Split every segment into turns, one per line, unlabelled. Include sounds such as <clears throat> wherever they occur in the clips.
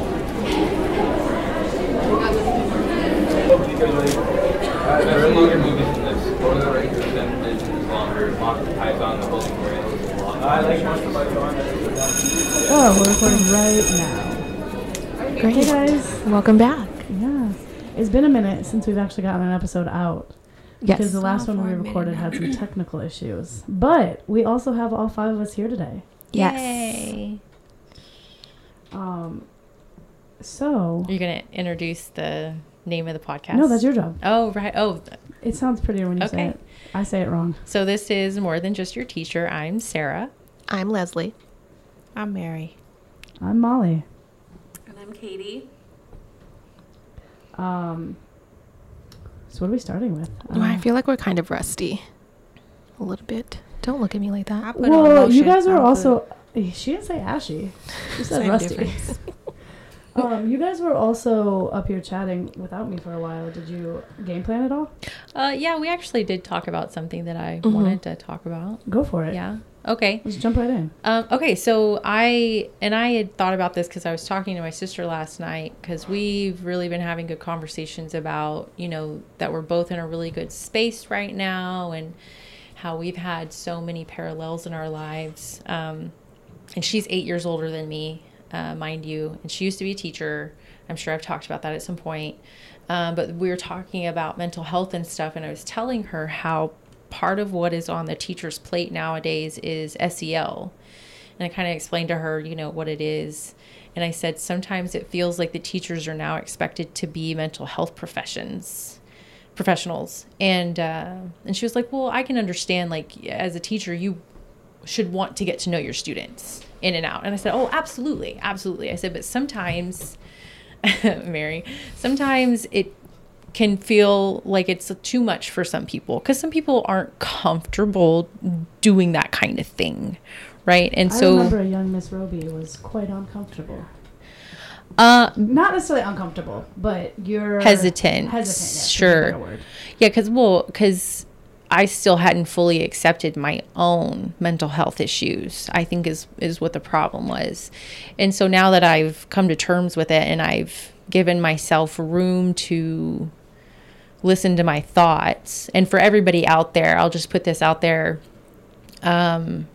uh, mock the Python, the Holy Grail.
I like most of my drawing.
Oh, we're recording right
Great.
Hey, guys.
Welcome back.
now. Yeah. It's been a minute since we've actually gotten an episode out.
Yes.
Because the last
All
one we
four minute
recorded had some technical issues. But we also have all five of us here today.
Yes.
Yay.
Um, so.
Are you going to introduce the name of the podcast?
No, that's your job.
Oh, right. Oh, th-
It sounds prettier when you say
Okay.
it. I say it wrong.
so this is More Than Just Your Teacher. I'm Sarah.
I'm Leslie.
I'm Mary.
I'm Molly.
And I'm Katie.
Um, so, what are we starting with? Uh,
Well, Oh, I feel like we're kind of rusty. A little bit. Don't look at me like that.
I put on
Well, you
lotion.
guys
I
were
put-
also. She didn't say ashy. She said
Same
rusty.
difference.
um, you guys were also up here chatting without me for a while. Did you game plan at all?
Uh, yeah, we actually did talk about something that I
Mm-hmm.
Mhm.
wanted to talk about.
Go for it.
Yeah. Okay.
Let's jump right in.
Um, okay, so I and I had thought about this because I was talking to my sister last night because we've really been having good conversations about you know that we're both in a really good space right now and how we've had so many parallels in our lives. Um, and she's eight years older than me, uh, mind you, and she used to be a teacher. I'm sure I've talked about that at some point. Um, but we were talking about mental health and stuff, and I was telling her how part of what is on the teacher's plate nowadays is SEL. And I kind of explained to her, you know, what it is. And I said, sometimes it feels like the teachers are now expected to be mental health professions professionals and uh, and she was like well i can understand like as a teacher you should want to get to know your students in and out and i said oh absolutely absolutely i said but sometimes <laughs> mary sometimes it can feel like it's too much for some people because some people aren't comfortable doing that kind of thing right and
I
so
remember a young Miss Roby was quite uncomfortable.
uh
Not necessarily uncomfortable, but you're
Hesitant.
Hesitant. yes,
Sure.
that's a better word.
Yeah, because well, because I still hadn't fully accepted my own mental health issues. I think is is what the problem was, and so now that I've come to terms with it and I've given myself room to listen to my thoughts, and for everybody out there, I'll just put this out there. Um,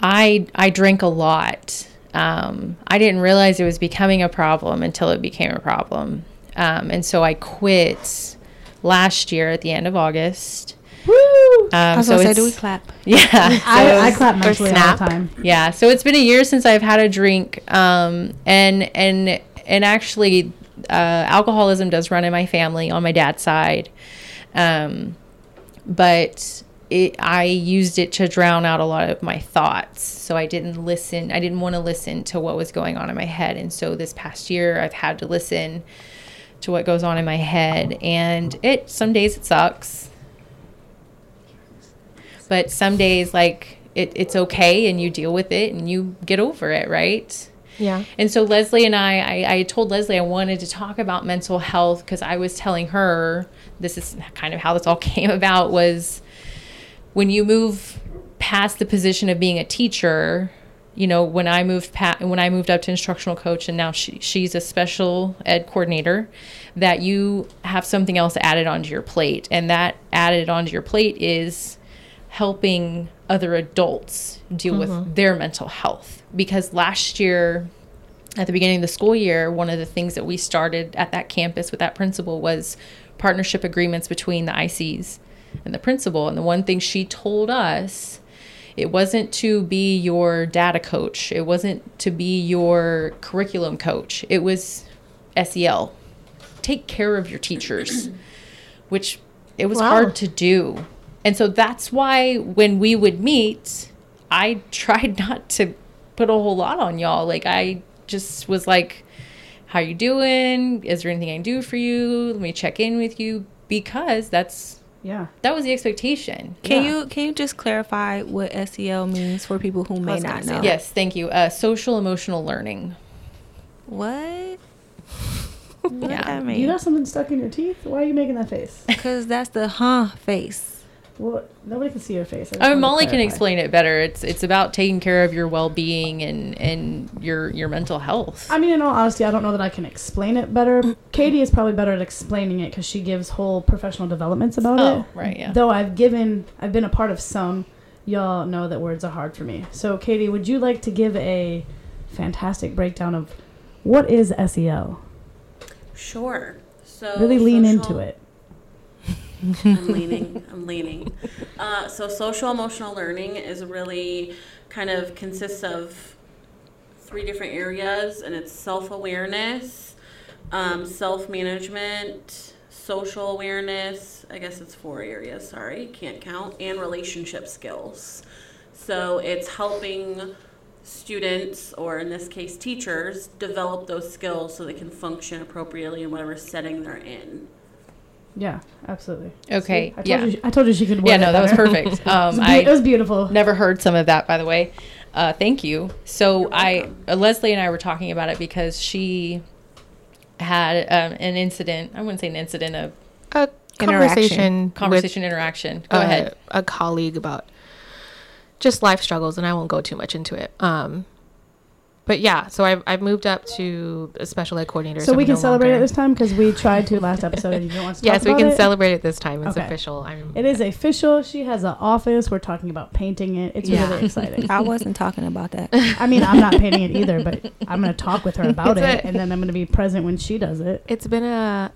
I I drink a lot. Um, I didn't realize it was becoming a problem until it became a problem, um, and so I quit last year at the end of August.
Woo!
Um,
I was gonna say, do we
it's- <laughs>
clap?
yeah,
I, I clap mentally all
snap.
the time.
yeah. So it's been a year since I've had a drink, um, and and and actually, uh, alcoholism does run in my family on my dad's side, um, but it, I used it to drown out a lot of my thoughts. So I didn't listen. I didn't want to listen to what was going on in my head, and so this past year I've had to listen to what goes on in my head, and it some days it sucks but some days like it, it's okay and you deal with it and you get over it right
Yeah.
and so leslie and i i, I told leslie i wanted to talk about mental health because i was telling her this is kind of how this all <laughs> came about was when you move past the position of being a teacher you know when i moved pa- when i moved up to instructional coach and now she, she's a special ed coordinator that you have something else added onto your plate and that added onto your plate is helping other adults deal with their mental health because last year at the beginning of the school year, one of the things that we started at that campus with that principal was partnership agreements between the ICs and the principal. And the one thing she told us, it wasn't to be your data coach, it wasn't to be your curriculum coach, it was E SEL. Take care of your teachers, <clears throat> which it was
Wow.
hard to do. And so that's why when we would meet, I <laughs> tried not to put a whole lot on y'all. Like I just was like, "How you doing? Is there anything I can do for you? Let me check in with you." Because that's
Yeah.
that was the expectation.
Can you can you just clarify what SEL means for people who may
was gonna
not
say
Uh-huh.
know?
Yes, thank you. Uh, social emotional learning.
What? What
Yeah.
that
You
mean?
got something stuck in your teeth? Why are you making that face?
Because that's the huh face.
What? Nobody can see your face. I just
I mean,
wanted to
Oh, Molly can
clarify.
explain it better. It's it's about taking care of your well being and and your your mental health.
I mean, in all honesty, I don't know that I can explain it better. Katie is probably better at explaining it because she gives whole professional developments about
Oh,
it.
right, yeah.
Though I've given, I've been a part of some. Y'all know that words are hard for me. So, Katie, would you like to give a fantastic breakdown of what is SEO?
Sure. So
Oh,
Really lean into
social-
it.
I'm leaning. I'm leaning. Uh, so social emotional learning is really kind of consists of three different areas, and it's self awareness, um, self management, social awareness. I guess it's four areas. Sorry, can't count. And relationship skills. So it's helping students, or in this case, teachers, develop those skills so they can function appropriately in whatever setting they're in.
Yeah, absolutely.
Okay,
See, I told
yeah.
You, she- I told you she could.
Yeah,
word
no,
it
that was
better. <laughs>
perfect. <laughs>
it, was
Um,
be-
I
it was beautiful.
Never heard some of that, by the way. Uh, thank you. So
You're
I,
welcome.
uh, Leslie and I were talking about it because she had um, an incident. I wouldn't say an incident, a
A
Interaction.
conversation. with
conversation interaction. Go
a-
ahead.
A colleague about just life struggles, and I won't go too much into it. Um, but yeah, so I've, I've moved up to a special ed coordinator.
so we
I'm
can
no
celebrate it
longer-
this time because we tried to last episode and you don't want to.
<laughs> Yes,
talk
we can
about it.
celebrate it this time. It's
Okay.
official. I'm.
It is official. She has an office. We're talking about painting it. It's
Yeah.
really
<laughs>
exciting.
I wasn't talking
<laughs>
about that.
I mean, I'm not painting it either, but I'm going to talk with her about
It's
it,
a-
and then I'm going to be present when she does it.
It's been a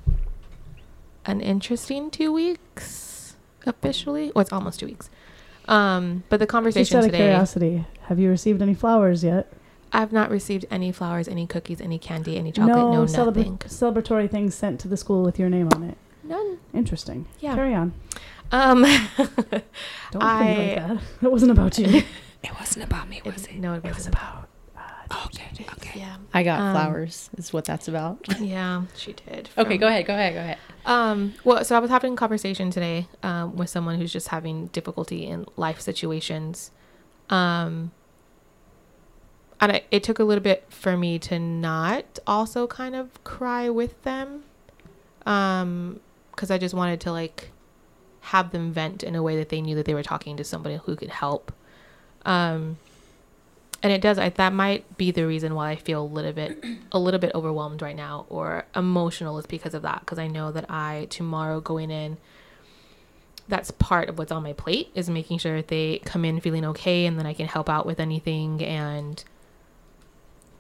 an interesting two weeks officially. Well, it's almost two weeks. Um, but the
Just
conversation
out of
today,
curiosity, have you received any flowers yet?
I've not received any flowers, any cookies, any candy, any chocolate, no,
celebra-
nothing,
celebratory things sent to the school with your name on it.
none.
Interesting.
Yeah.
Carry on.
Um,
Don't
I-
think like that. <laughs> That wasn't about you.
It wasn't about me, was
<laughs>
it?
no, it
it was
wasn't.
about.
Okay. Okay.
Yeah,
I got
um,
flowers. Is what that's about.
yeah, she did.
Okay,
from-
go ahead. Go ahead. Go ahead.
Um, well, so I was having a conversation today um, with someone who's just having difficulty in life situations. Um, and I, it took a little bit for me to not also kind of cry with them. Um, because I just wanted to like have them vent in a way that they knew that they were talking to somebody who could help. Um, and it does. I that might be the reason why I feel a little bit, a little bit overwhelmed right now or emotional is because of that. Because I know that I tomorrow going in, that's part of what's on my plate is making sure that they come in feeling okay, and then I can help out with anything. And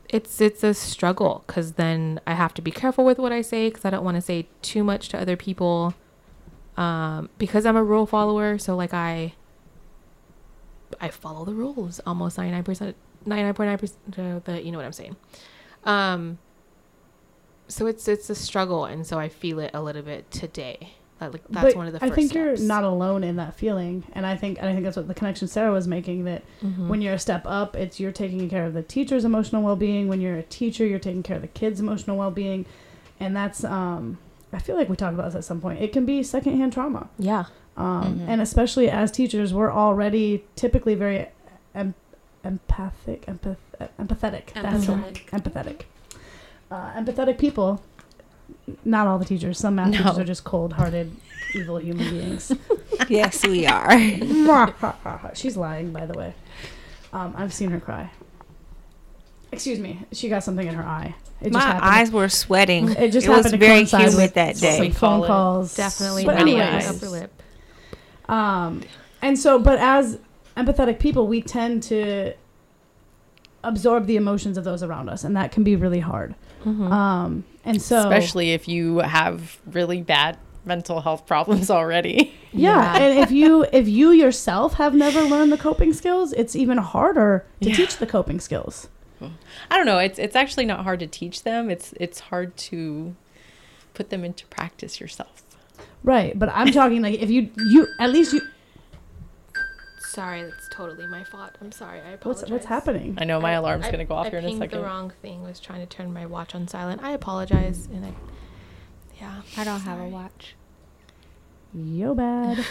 it's it's a struggle because then I have to be careful with what I say because I don't want to say too much to other people. Um, because I'm a rule follower, so like I. I follow the rules almost 99%, 99.9% of the, you know what I'm saying. Um, so it's, it's a struggle. And so I feel it a little bit today. That, like, that's
but
one of the
I
first
think you're
steps.
not alone in that feeling, and I think and I think that's what the connection Sarah was making. That
Mhm.
when you're a step up, it's you're taking care of the teacher's emotional well-being. When you're a teacher, you're taking care of the kids' emotional well-being, and that's um, I feel like we talked about this at some point. It can be secondhand trauma,
yeah.
um,
Mhm.
and especially as teachers, we're already typically very em- empathic, empath- empathetic. That's the
Empathetic.
empathetic. Uh, empathetic people. Not all the teachers. Some math
No.
teachers are just cold-hearted, evil human beings. <laughs>
yes, we are.
She's lying, by the way. Um, I've seen her cry. Excuse me. She got something in her eye. It just
My
happened.
eyes were sweating.
It just
was
happened to
very
coincide
humid
with
that
We
Some
day.
call
phone
it
calls.
Definitely
But
not the
anyways.
upper lip.
Um, and so, but as empathetic people, we tend to absorb the emotions of those around us, and that can be really hard.
Mm-hmm.
Um, and so,
Especially if you have really bad mental health problems already. <laughs>
yeah,
Yeah.
and if you if you yourself have never learned the coping skills, it's even harder to
Yeah.
teach the coping skills.
I don't know. It's it's actually not hard to teach them. It's it's hard to put them into practice yourself.
Right, but I'm talking like if you you at
<laughs>
least you
Sorry, that's totally my fault. I'm sorry. I
what's
apologize.
what's happening?
I know my
I-
alarm's
I-
going to go off
I
here in a
pinged
second.
the wrong thing. Was trying to turn my watch on silent. I apologize. And I, yeah,
I don't have a
<laughs>
Sorry.
watch. <laughs>
Yo
<laughs>
bad.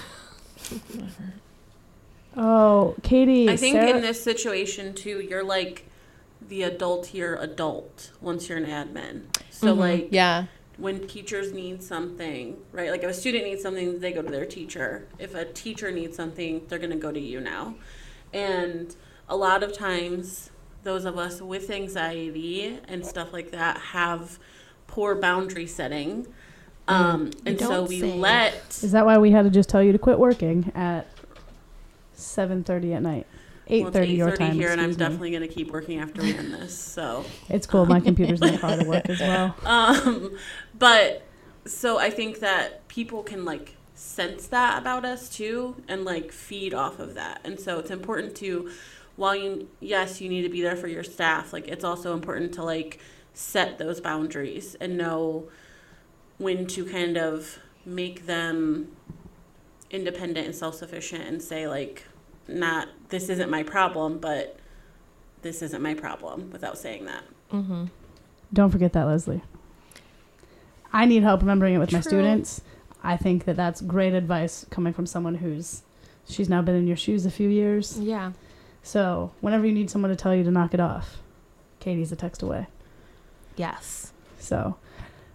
oh, Katie.
I think
Sarah-
in this situation too, you're
Mm-hmm.
like the adult adultier adult once you're an admin. So like
yeah.
when teachers need something, right? Like if a student needs something, they go to their teacher. If a teacher needs something, they're going to go to you now. And a lot of times, those of us with anxiety and stuff like that have poor boundary setting.
Mm.
Um, and so
don't
we
say.
let
Is that why we had to just tell you to quit working at 7:30 at night?
well, it's
8:30 your
8:30
time.
here, and I'm
excuse me.
definitely going to keep working after we end this. So.
It's cool. My computer's not far to work as
<laughs>
well.
um but so i think that people can like sense that about us too and like feed off of that and so it's important to while you yes you need to be there for your staff like it's also important to like set those boundaries and know when to kind of make them independent and self-sufficient and say like not this isn't my problem but this isn't my problem without saying that
Mm-hmm.
Don't forget that, Leslie. I need help remembering it with my
True.
students. I think that that's great advice coming from someone who's she's now been in your shoes a few years.
Yeah.
So whenever you need someone to tell you to knock it off, Katie's a text away.
Yes.
So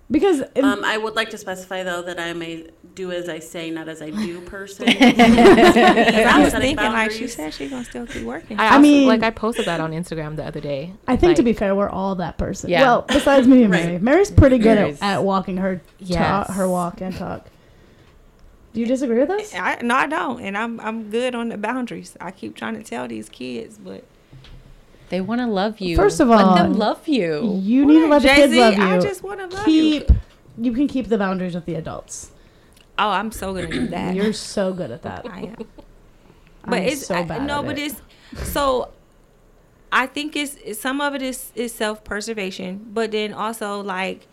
because in-
Um, I would like to specify though that I'm a do as I say, not as I do person.
I was
Setting
thinking, like she
boundaries.
said, she's gonna still keep working.
I,
I
also,
mean-
like I posted that on Instagram the other day.
I think to
like-
be fair, we're all that person.
Yeah.
Well, besides me and Mary,
<laughs> Right.
Mary's pretty good
Mary's-
at, at walking her
Yes.
ta- uh, her walk and talk. Do you disagree with us?
I, no, I don't, and I'm I'm good on the boundaries. I keep trying to tell these kids, but
They want to love you.
First of
let
all,
them love you.
You need to let the kids
Jay-Z,
love you.
I just want to love you.
keep you can keep the boundaries with the adults.
Oh, I'm so good at that.
You're so good at
<laughs>
that.
I am.
I'm
but it's
so
I-
bad
no,
at
but
it.
it's so. I think it's, it's some of it is is self preservation, but then also like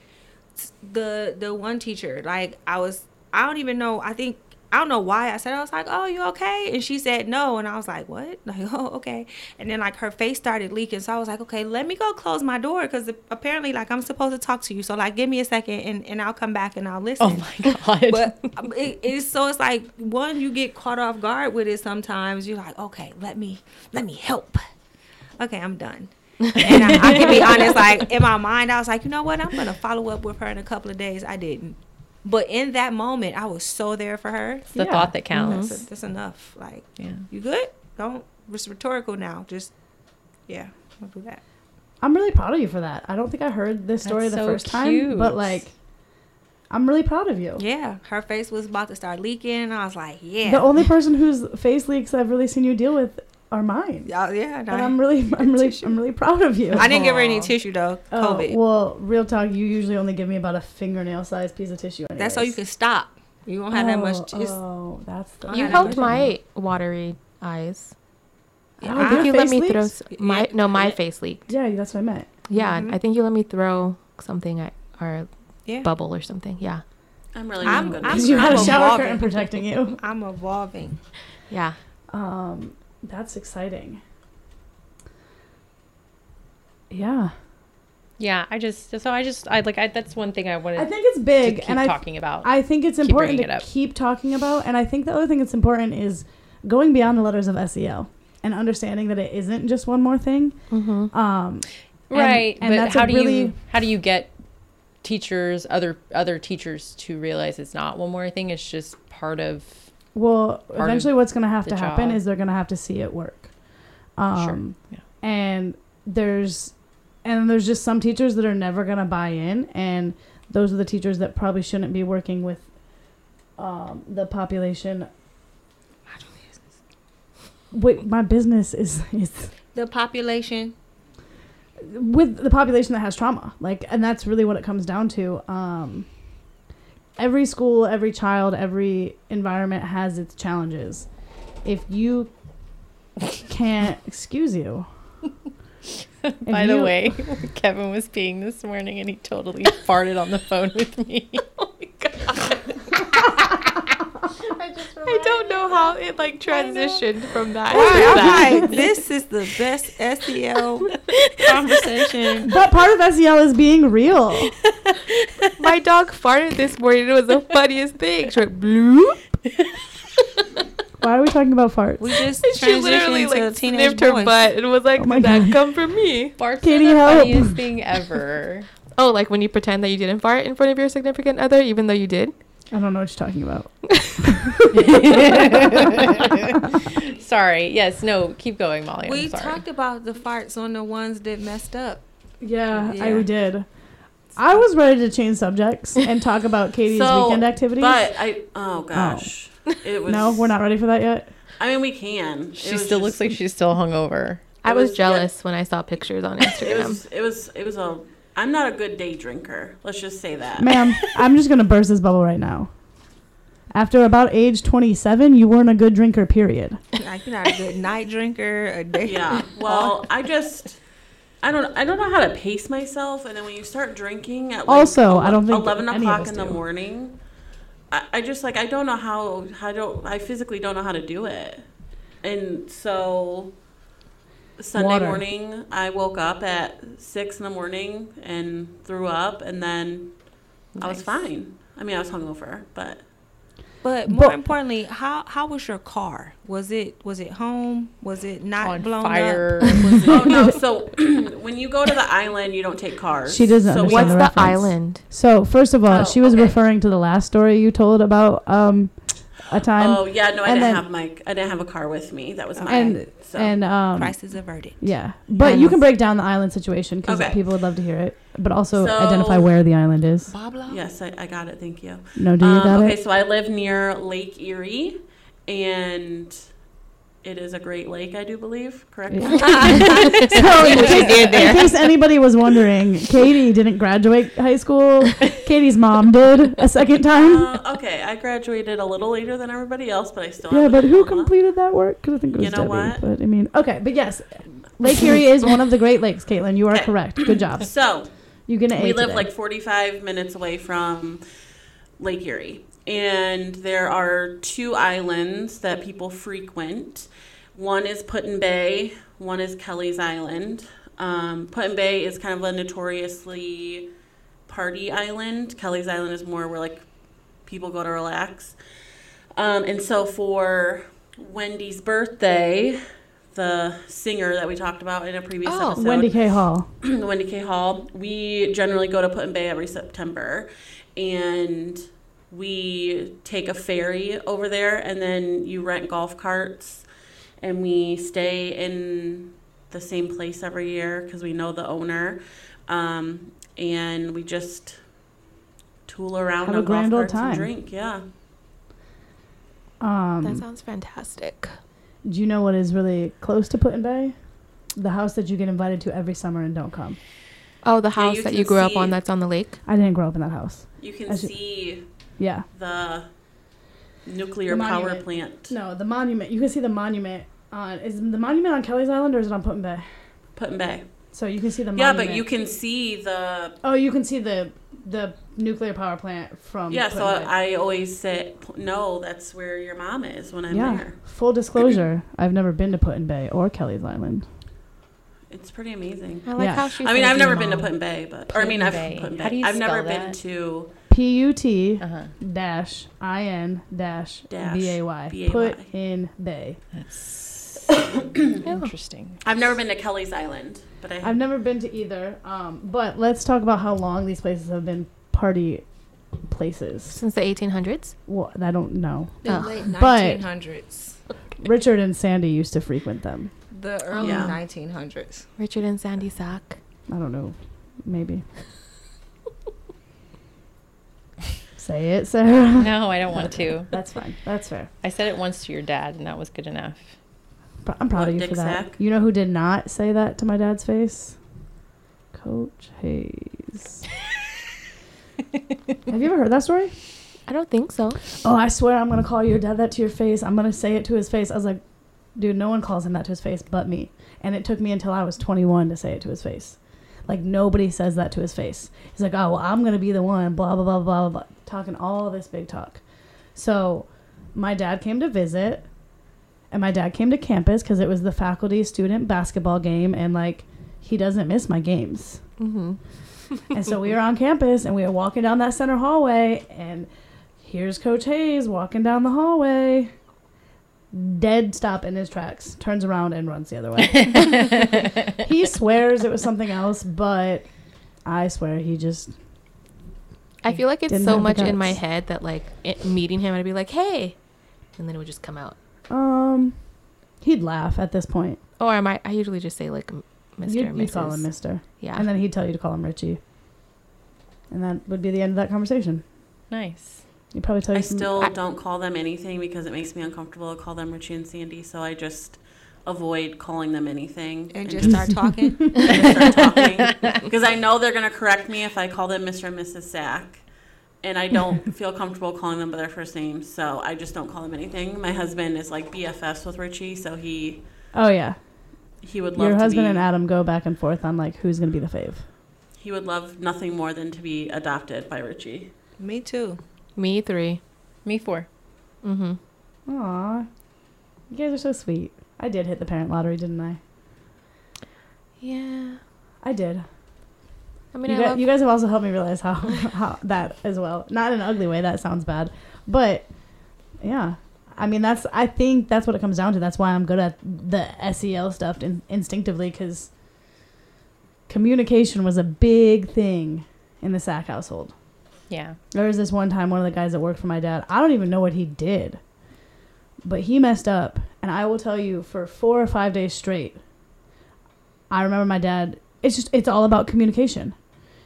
s- the the one teacher like I was I don't even know I think I don't know why I said I was like oh you okay and she said no and I was like what <laughs> like oh okay and then like her face started leaking so I was like okay let me go close my door because apparently like I'm supposed to talk to you so like give me a second and and I'll come back and I'll listen
<laughs> Oh my
<laughs>
god.
but um, it, it's so it's like one you get caught off guard with it sometimes you're like okay let me let me help okay i'm done and I, I
<laughs>
can be honest like in my mind i was like you know what i'm gonna follow up with her in a couple of days i didn't but in that moment i was so there for her Mm-hmm.
it's the
Yeah. Mm-hmm.
thought that counts.
that's, that's enough like
Yeah.
you good don't it's rhetorical now just yeah don't do that
I'm really proud of you for that. I don't think I heard this story
That's
the
so
first time,
cute.
but like I'm really proud of you.
yeah her face was about to start leaking and i was like yeah
The only person whose face leaks I've really seen you deal with are mine.
yeah yeah and
And
I,
I'm really I'm
<laughs>
really I'm really proud of you.
I didn't give her any
Aw.
tissue though
Oh,
covid
well, real talk, you usually only give me about a fingernail sized piece of tissue. Anyways.
That's so you can stop. You won't have that much.
Oh,
It's,
oh, that's the
I
You
had
helped
another
my watery eyes.
Oh,
Yeah,
I think
your
you let
face
me
leaks?
throw s- my no my face leaked.
Yeah, that's what I meant.
Yeah,
Mhm.
I think you let me throw something at our
Yeah.
bubble or something. Yeah,
I'm really
I'm-
good.
I'm-
at
Because you
that.
had a
I'm
shower
evolving.
curtain protecting you.
I'm evolving.
yeah.
Um, that's exciting. Yeah,
Yeah, I just so I just I like I that's one thing I wanted
I think it's
to
big,
keep
and I
talking about.
I think it's
Keep
important
bringing
to
it up.
keep talking about. And I think the other thing that's important is going beyond the letters of SEL and understanding that it isn't just one more thing.
Mm-hmm.
Um, and-
right.
and
but
that's a
how do
really-
you how do you get teachers other other teachers to realize it's not one more thing, it's just part of
Well,
of
eventually, what's going to have
the
to happen
job.
is they're going to have to see it work. Um,
Yeah.
And there's, and there's just some teachers that are never going to buy in, and those are the teachers that probably shouldn't be working with um, the population. Wait, my business is <laughs> is
The population.
with the population that has trauma like and that's really what it comes down to um every school every child every environment has its challenges if you can't excuse you If
By the
you-
way, <laughs> Kevin was peeing this morning and he totally farted on the phone with me. oh my
<laughs>
god.
I don't know how it like transitioned from that. <laughs>
I'm <laughs> like, this is the best SEL conversation.
but part of sel is being real
My dog farted this morning. It was the funniest thing. She went bloop.
why are we talking about farts
We <laughs> just
And she literally
transitioned to
like
teenage
sniffed her
boys.
butt and was like,
Oh my
"Did that
God.
come from me?"
Farts
Katie,
are the
help.
funniest thing ever.
Oh, like when you pretend that you didn't fart in front of your significant other, even though you did.
I don't know what you're talking
<laughs>
about.
Sorry. Yes. No. Keep going, Molly.
we
I'm sorry.
talked about the farts on the ones that messed up.
Yeah,
Yeah.
I did. I was ready to change subjects and talk about Katie's
So,
weekend activities.
But I oh gosh,
<laughs>
it was
no, we're not ready for that yet.
I mean, we can. It
she
was
still
just-
looks like she's still hungover.
I
It
was
was-
jealous when I saw pictures <laughs> on
It
Instagram.
was. It was. It was a. I'm not a good day drinker. Let's just say that.
Ma'am, I'm just going to burst this bubble right now. After about age 27, you weren't a good drinker, period.
Like you're not a good night drinker, a day.
Yeah.
<laughs>
Well, I just. I don't. I don't know how to pace myself, and then when you start drinking at like
Also, I don't think
eleven
any of
o'clock
us
in the
do.
morning. I, I just like I don't know how I don't I physically don't know how to do it, and so Sunday
Water.
morning I woke up at six in the morning and threw up, and then I was fine. I mean, I was hungover,
<laughs>
but
But more
But-
importantly, how how was your car? Was it was it home? Was it not
on
blown
<laughs>
fire.
up? Was
oh no. So <clears throat> when you go to the island, you don't take cars.
She doesn't
So
understand
What's
the
the
reference.
island?
So, first of all,
Oh,
she was
okay.
referring to the last story you told about um, a time.
oh yeah, no, I
and
didn't
then-
have my I didn't have a car with me. That was mine.
And,
so.
and um,
Crisis averted.
Yeah, but you can break down the island situation because
Okay.
people would love to hear it, but also
So-
identify where the island is.
Yes, I, I got it. Thank you.
No, do you
Um,
got
okay,
it?
so I live near Lake Erie, and it is a great lake, I do believe. Correct?
Yeah.
<laughs>
so, in case, in case anybody was wondering, Katie didn't graduate high
<laughs>
school. Katie's mom did a second time.
Uh, okay, I graduated a little later than everybody else, but I still.
Yeah,
have
but
a
who
diploma.
completed that work? Because I think it was
You know
Debbie.
what?
But I mean, okay, but
<laughs>
yes, Lake Erie is one of the Great Lakes. Caitlin, you are
Okay.
correct. Good
<laughs>
job.
So
You get an A.
we live
today.
like 45 minutes away from Lake Erie, and there are two islands that people frequent. One is Put in Bay, one is Kelly's Island. Um, Put in Bay is kind of a notoriously party island. Kelly's Island is more where like people go to relax. Um, and so for Wendy's birthday, the singer that we talked about in a previous
Oh,
episode,
Wendy K. Hall.
the <clears throat> Wendy K. Hall. We generally go to Put in Bay every September, and we take a ferry over there, and then you rent golf carts, and we stay in the same place every year because we know the owner, um, and we just tool around
Have a
on golf
grand old
carts
time.
and drink. Yeah,
Um,
That sounds fantastic.
Do you know what is really close to Put in Bay? The house that you get invited to every summer and don't come.
Oh, the
Yeah, you
house that
can
you grew up
see-
on that's on the lake.
I didn't grow up in that house.
you can
I should-
see
Yeah.
the nuclear
The
power
monument.
plant.
No, the monument. You can see the monument on. Is the monument on Kelly's Island or is it on Put in Bay?
Put in Bay.
So you can see the
Yeah,
monument.
but you can see the
Oh, you can see the the nuclear power plant from.
Yeah,
Um, Put
so
in Bay.
I always say, no, that's where your mom is when I'm
yeah.
there.
Full disclosure, I've never been to Put in Bay or Kelly's Island.
It's pretty amazing.
I like
Yeah.
how she's.
I mean,
gonna
I've
be a
never been to
mom.
Put in Bay, but or I mean,
Put-in
I've
Bay.
Put in
How do
Bay.
you
I've never
spell
been
that?
to
P U T
Uh-huh.
dash I N dash
Dash
B A Y.
B-A-Y.
Put in Bay.
That's interesting.
I've never been to Kelly's Island, but I
I've never been to either. Um, but let's talk about how long these places have been party places.
since the 1800s.
Well, I don't know.
The
Oh.
late
But-
1900s.
Richard and Sandy used to frequent them.
The early
Yeah.
1900s.
Richard and Sandy Sack.
I don't know.
<laughs>
Maybe. Say it, Sarah.
No, I don't want to.
That's fine. That's fair.
I said it once to your dad, and that was good
<laughs>
enough. <laughs>
Pr- I'm proud
What,
of you
dick
for that.
sack?
You know who did not say that to my dad's face? Coach
<laughs>
Hayes. Have you ever heard that story?
I don't think so.
oh, I swear I'm gonna call your dad that to your face. I'm gonna say it to his face. I was like, dude, no one calls him that to his face but me. And it took me until I was 21 to say it to his face. Like nobody says that to his face. He's like, oh, well, I'm gonna be the one. Blah blah blah blah blah. blah, Talking all this big talk. So, my dad came to visit, and my dad came to campus because it was the faculty student basketball game, and like he doesn't miss my games
Mm-hmm.
and so we
<laughs>
were on campus and we were walking down that center hallway and here's coach hayes walking down the hallway dead stop in his tracks turns
<laughs>
around and runs the other way he swears it was something else but I swear he just
I feel like it's
Didn't
so
have the
much in my
guts.
head that like it, meeting him, I'd be like, "Hey," and then it would just come out.
um he'd laugh at this point.
Or I might. I usually just say like, m- "Mr."
You'd,
or
you'd call
Mrs..
him Mister,
Ah.
Yeah.
and then he'd tell you to call him Richie, and that would be the end of that conversation.
Nice.
You probably tell you
I
some-
still
I-
don't call them anything because it makes me uncomfortable to call them Richie and Sandy, so I just avoid calling them anything
and just start talking.
just start
<laughs>
talking because I know they're gonna correct me if I call them Mr. and Mrs. Sack, and I
<laughs>
don't feel comfortable calling them by their first name, so I just don't call them anything. My husband is like BFFs with Richie, so he
oh yeah,
he would love
your
to
husband
be,
and Adam go back and forth on like who's gonna be the fave.
He would love nothing more than to be adopted by Richie.
Me too.
me three.
Me four.
Mm-hmm.
Aw, you guys are so sweet. I did hit the parent lottery, didn't I?
Yeah.
I did.
I mean,
you,
I
guys,
love.
you guys have also helped me realize how, <laughs> how that as well. Not in an ugly way. That sounds bad, but yeah. I mean, that's. I think that's what it comes down to. That's why I'm good at the SEL stuff in, instinctively because communication was a big thing in the Sack household.
Yeah.
There was this one time one of the guys that worked for my dad. I don't even know what he did, but he messed up, and I will tell you for four or five days straight. I remember my dad. It's just it's all about communication.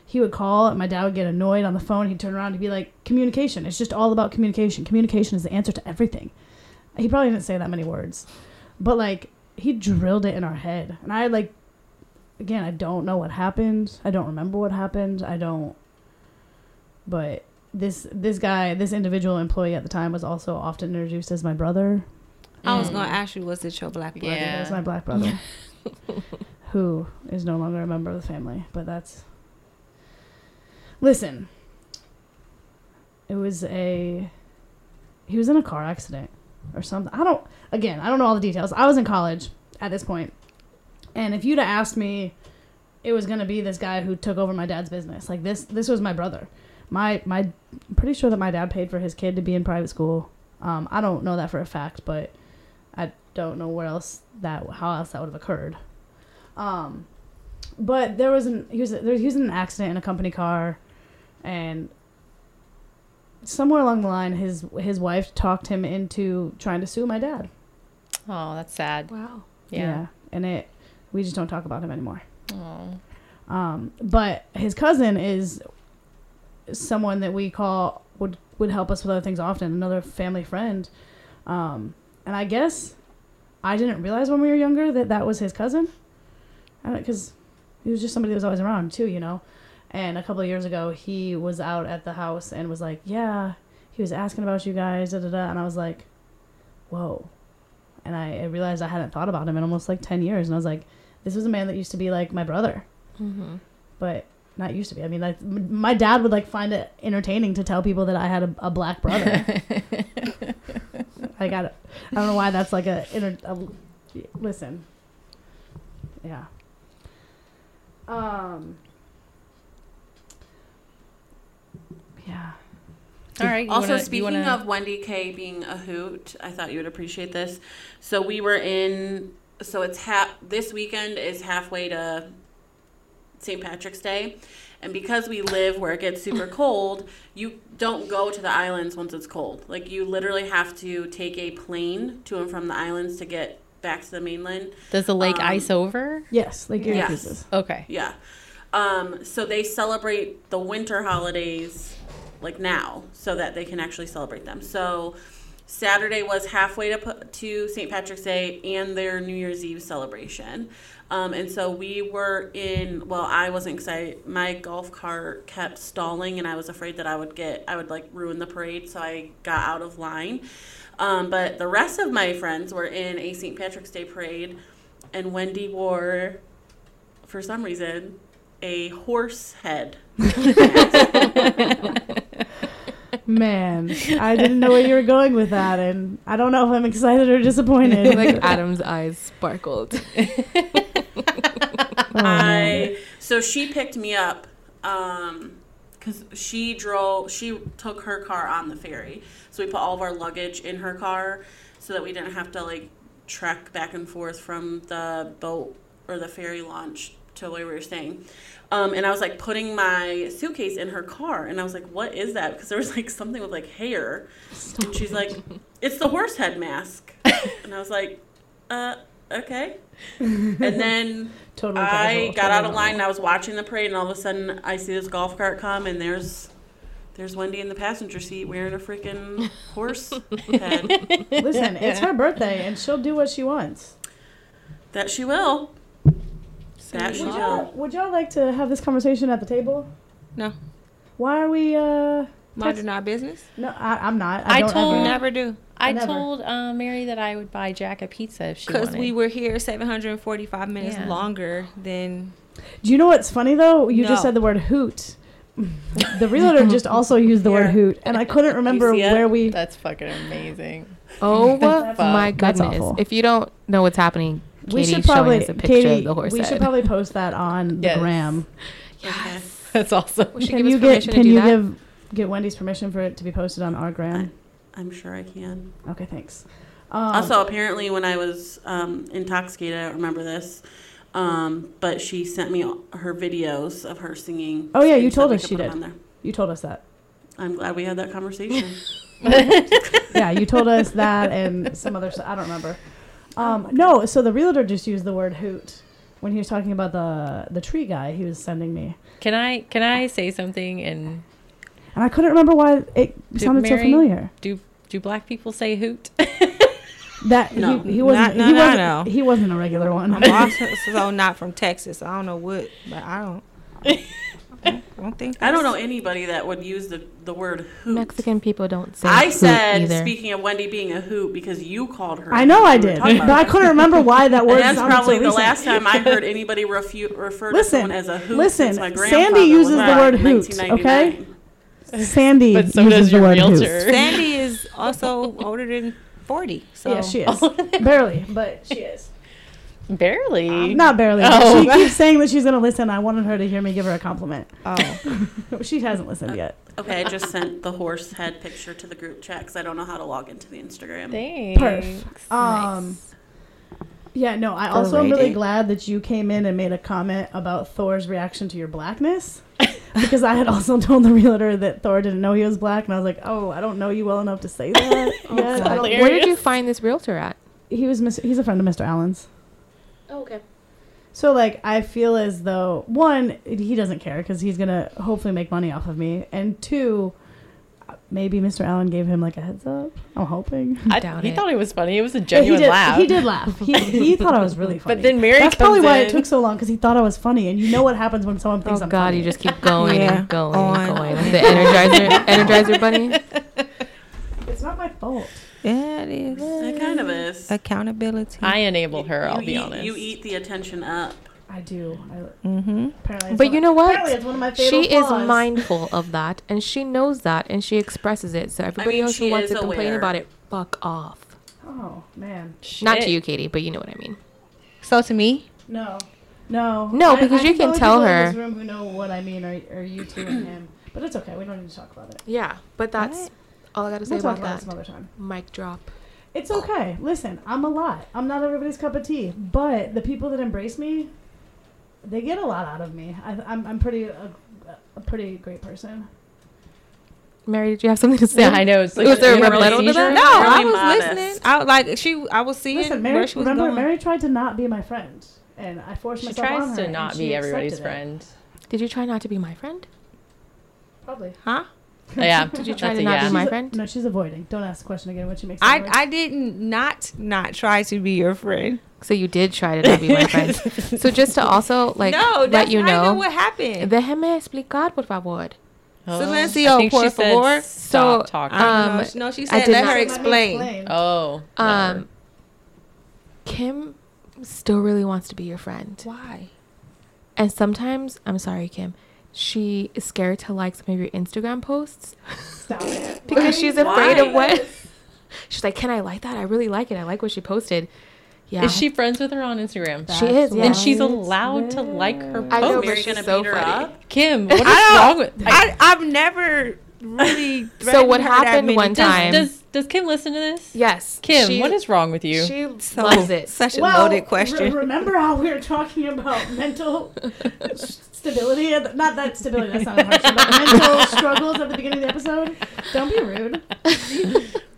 He would call, and my dad would get annoyed on the phone. He'd turn around and be like, "Communication. It's just all about communication. Communication is the answer to everything." He probably didn't say that many words, but like he drilled it in our head, and I like. Again, I don't know what happened. I don't remember what happened. I don't. But this this guy this individual employee at the time was also often introduced as my brother
I was
Mm.
gonna ask you, was it your black brother?
Yeah.
It was my black brother who is no longer a member of the family but that's listen it was a he was in a car accident or something i don't again i don't know all the details i was in college at this point and if you'd have asked me it was going to be this guy who took over my dad's business like this this was my brother my my I'm pretty sure that my dad paid for his kid to be in private school um, i don't know that for a fact but i don't know where else that how else that would have occurred um, but there was an he was there, he was in an accident in a company car and somewhere along the line his his wife talked him into trying to sue my dad
Oh, that's sad.
wow.
Yeah.
and it we just don't talk about him anymore
Oh. <laughs>
Um, but his cousin is someone that we call would would help us with other things often. Another family friend, um, and I guess I didn't realize when we were younger that that was his cousin. I don't because he was just somebody that was always around too, you know. And a couple of years ago, he was out at the house and was like, "Yeah," he was asking about you guys, da da da, and I was like, "Whoa." And I I realized I hadn't thought about him in almost like 10 years. And I was like, this was a man that used to be like my brother <laughs>
Mm-hmm.
but not used to be. I mean, like m- my dad would like find it entertaining to tell people that I had a, a black
<laughs>
brother. I got it. I don't know why that's like a, inter- a listen. Yeah. Um. Yeah.
All right. you
also,
wanna- you
speaking
wanna-
of Wendy K being a hoot, I thought you would appreciate this. So we were in. So it's half. This weekend is halfway to St. Patrick's Day, and because we live where it gets super cold, you don't go to the islands once it's cold. Like you literally have to take a plane to and from the islands to get back to the mainland.
does the lake
um,
ice over?
Yes, like your
Yes.
pieces.
Okay.
Yeah. Um, so they celebrate the winter holidays like now so that they can actually celebrate them. So Saturday was halfway to, pu- to St. Patrick's Day and their New Year's Eve celebration. Um, and so we were in, well, I wasn't excited. My golf cart kept stalling and I was afraid that I would get, I would like ruin the parade. So I got out of line. Um, but the rest of my friends were in a St. Patrick's Day parade and Wendy wore for some reason, a horse head.
Man, I didn't know where you were going with that, and I don't know if I'm excited or
<laughs>
disappointed.
like Adam's
<laughs>
eyes sparkled. <laughs>
Oh, man.
I so she picked me up um cuz she drove she took her car on the ferry. So we put all of our luggage in her car so that we didn't have to like trek back and forth from the boat or the ferry launch totally what you were saying. Um, and I was like putting my suitcase in her car, and I was like, "What is that?" Because there was like something with like hair, and she's like, "It's the horse head mask," and I was like, "Uh, okay." And then
Totally.
I
casual,
got out
totally
of line, and I was watching the parade, and all of a sudden I see this golf cart come, and there's there's Wendy in the passenger seat wearing a freaking horse head.
normal. Listen, it's
<laughs>
her birthday, and she'll do what she wants.
That she will. That she
Would
will.
y'all, would y'all like to have this conversation at the table?
No.
Why are we? uh
Minding our business.
No, I, I'm not. I,
I
don't
told-
ever-
Never do.
I
Never.
told uh, Mary that I would buy Jack a pizza if she
Because
wanted.
we were here 745 minutes
Yeah.
longer <laughs> than.
Do you know what's funny though? You
No.
just said the word hoot. The realtor just also used the word
Yeah.
hoot, and I couldn't remember
see it?
where we.
<laughs> That's fucking amazing.
Oh my
That's
goodness!
awful.
If you don't know what's happening, Katie
we should probably
showing us a picture
Katie.
of the horse
we should
head.
probably post that on
Yes.
the gram.
Okay.
<laughs> That's awesome.
we should
Can
give
you
us
get?
permission
Can
to do
you
that.
give get Wendy's permission for it to be posted on our gram?
I'm sure I can.
Okay, thanks. Um,
Also, apparently, when I was um, intoxicated, I don't remember this, um, but she sent me her videos of her singing.
Oh, yeah, you
so
told
we
us
could
she
put 'em
did.
on there.
you told us that.
I'm glad we had that conversation.
<laughs> yeah, you told us that and some other. s- I don't remember. Um, no, so the realtor just used the word hoot when he was talking about the the tree guy he was sending me,
Can I can I say something? And
and I couldn't remember why it
Did
sounded so
Mary-
familiar.
do do black people say hoot?
That
No,
he, he wasn't.
not- no,
he,
no,
wasn't
no.
he wasn't a regular
I'm
one.
also so not from Texas. I don't know what, but I don't. <laughs> I don't think.
I don't know anybody that would use the, the word hoot.
Mexican people don't say.
I
hoot
said,
either.
speaking of Wendy being a hoot, because you called her.
I know I
We were
did,
talking
but <laughs>
about
I
it.
couldn't remember why
<laughs>
that word.
And that's
sounded so
probably the
recent.
last time
<laughs>
I heard anybody refu- refer to
Listen,
someone as a hoot.
listen,
since my
Sandy
grandfather was
uses the
alive
word
in
hoot,
1999.
okay? Sandy
But so
uses
does
the
your
word
realtor.
<laughs> hoot.
<laughs> Sandy is also older than 40. So
Yeah, she is <laughs> barely, but she is
Barely.
not barely. <laughs>
Oh.
She keeps saying that she's gonna listen. I wanted her to hear me give her a compliment.
Oh.
She hasn't listened yet.
Okay, I just sent the horse head picture to the group chat because I don't know how to log into the Instagram.
Thanks.
Um, Yeah, no, I also am really glad that you came in and made a comment about Thor's reaction to your blackness. because I had also <laughs> told the realtor that Thor didn't know he was black, and I was like, "Oh, I don't know you well enough to say that." yeah, I don't-
Oh, Where did you find this realtor at?
<laughs> he was Mr. he's a friend of Mr. Allen's.
Oh, okay.
So like, I feel as though one, he doesn't care because he's gonna hopefully make money off of me, and two, maybe Mr. Allen gave him like a heads up. I'm hoping. <laughs>
I,
Doubt
he
it.
thought it was funny. It was a
Yeah, he
genuine
did,
laugh.
He did
<laughs>
laugh. He, he thought I was really funny.
But then Mary
That's
comes
probably why
in.
it took so long because he thought I was funny, and you know what happens when someone
Oh
thinks I'm
God,
funny.
you just keep going
Yeah.
and going
On.
and going. Like the <laughs> Energizer, Energizer Bunny.
it's not my fault.
Yeah, it is.
That kind of is.
Accountability.
I enabled her. I'll
you
be
eat,
honest.
You eat the attention up.
I do. I,
Mm-hmm.
apparently, it's
But
one-
you know what?
Apparently, it's one of my fatal
She is
flaws.
mindful of that, and she knows that, and she expresses it. So everybody
mean,
else
she
who wants
is
to complain
aware.
about it, fuck off.
Oh man,
Not
Shit.
to you, Katie, but you know what I mean.
So to me,
no, no,
No,
I-
because
I
you
think the
can
only
tell
people
her-
In this room who know what I mean are, are you two and him. But it's okay. We don't need to talk about it.
Yeah, but that's
Alright.
all I gotta say
We'll talk
about
about it some
that.
other time.
Mic drop.
It's okay. Listen, I'm a lot. I'm not everybody's cup of tea, but the people that embrace me, they get a lot out of me. I, I'm I'm pretty a, a pretty great person.
Mary, did you have something to <laughs> say?
yeah, I know. It's like
Was there a
you have
rebuttal to
seizure?
that?
no, I
Really
was
modest.
listening. I like she. I was seeing
Listen,
where
Mary,
she was
remember
going.
Mary tried to not be my friend, and I forced
She
myself on
tries
her.
to
and
not
she
be everybody's
accepted it.
friend.
Did you try not to be my friend?
Probably.
Huh?
Oh, Yeah. Did
you try to not be <laughs>
yeah.
my
She's-
friend?
No, she's avoiding. Don't ask the question again. When she makes.
I
that
I didn't not not try to be your friend.
So you did try to not be my <laughs> friend. So just to also like
no, that's
let you
not even
know.
what happened.
Déjeme explicar, por favor.
Oh,
Silencio,
I think she
por
said Stop
favor.
So,
talking.
I don't know.
um,
She- no, she
I
said
did
let
not-
her
word.
explain.
oh. Lord.
Um, Kim still really wants to be your friend.
Why?
And sometimes, I'm sorry, Kim, she is scared to like some of your Instagram
<laughs>
posts
Stop it.
because she's
Why?
afraid of what. <laughs> She's like, can I like that? I really like it. I like what she posted. Yeah.
Is she friends with her on Instagram?
She is, yeah.
And she's
That's
allowed to like her
I know,
post.
but
Mary
she's
gonna
so
beat her
funny.
up?
Kim, what is
I
wrong
don't.
with? I-
I, I've never really.
So what
<laughs> threatened her that
happened
many
one
does,
time-
does Does Kim listen to this?
Yes.
Kim,
she-
what is wrong with you?
She
So,
loves it.
Such a
Well,
loaded
re-
question.
remember how we were talking about mental stability? and- Not that stability, that's not a hardship, but mental <laughs>
<laughs>
struggles at the beginning of the episode? Don't be rude.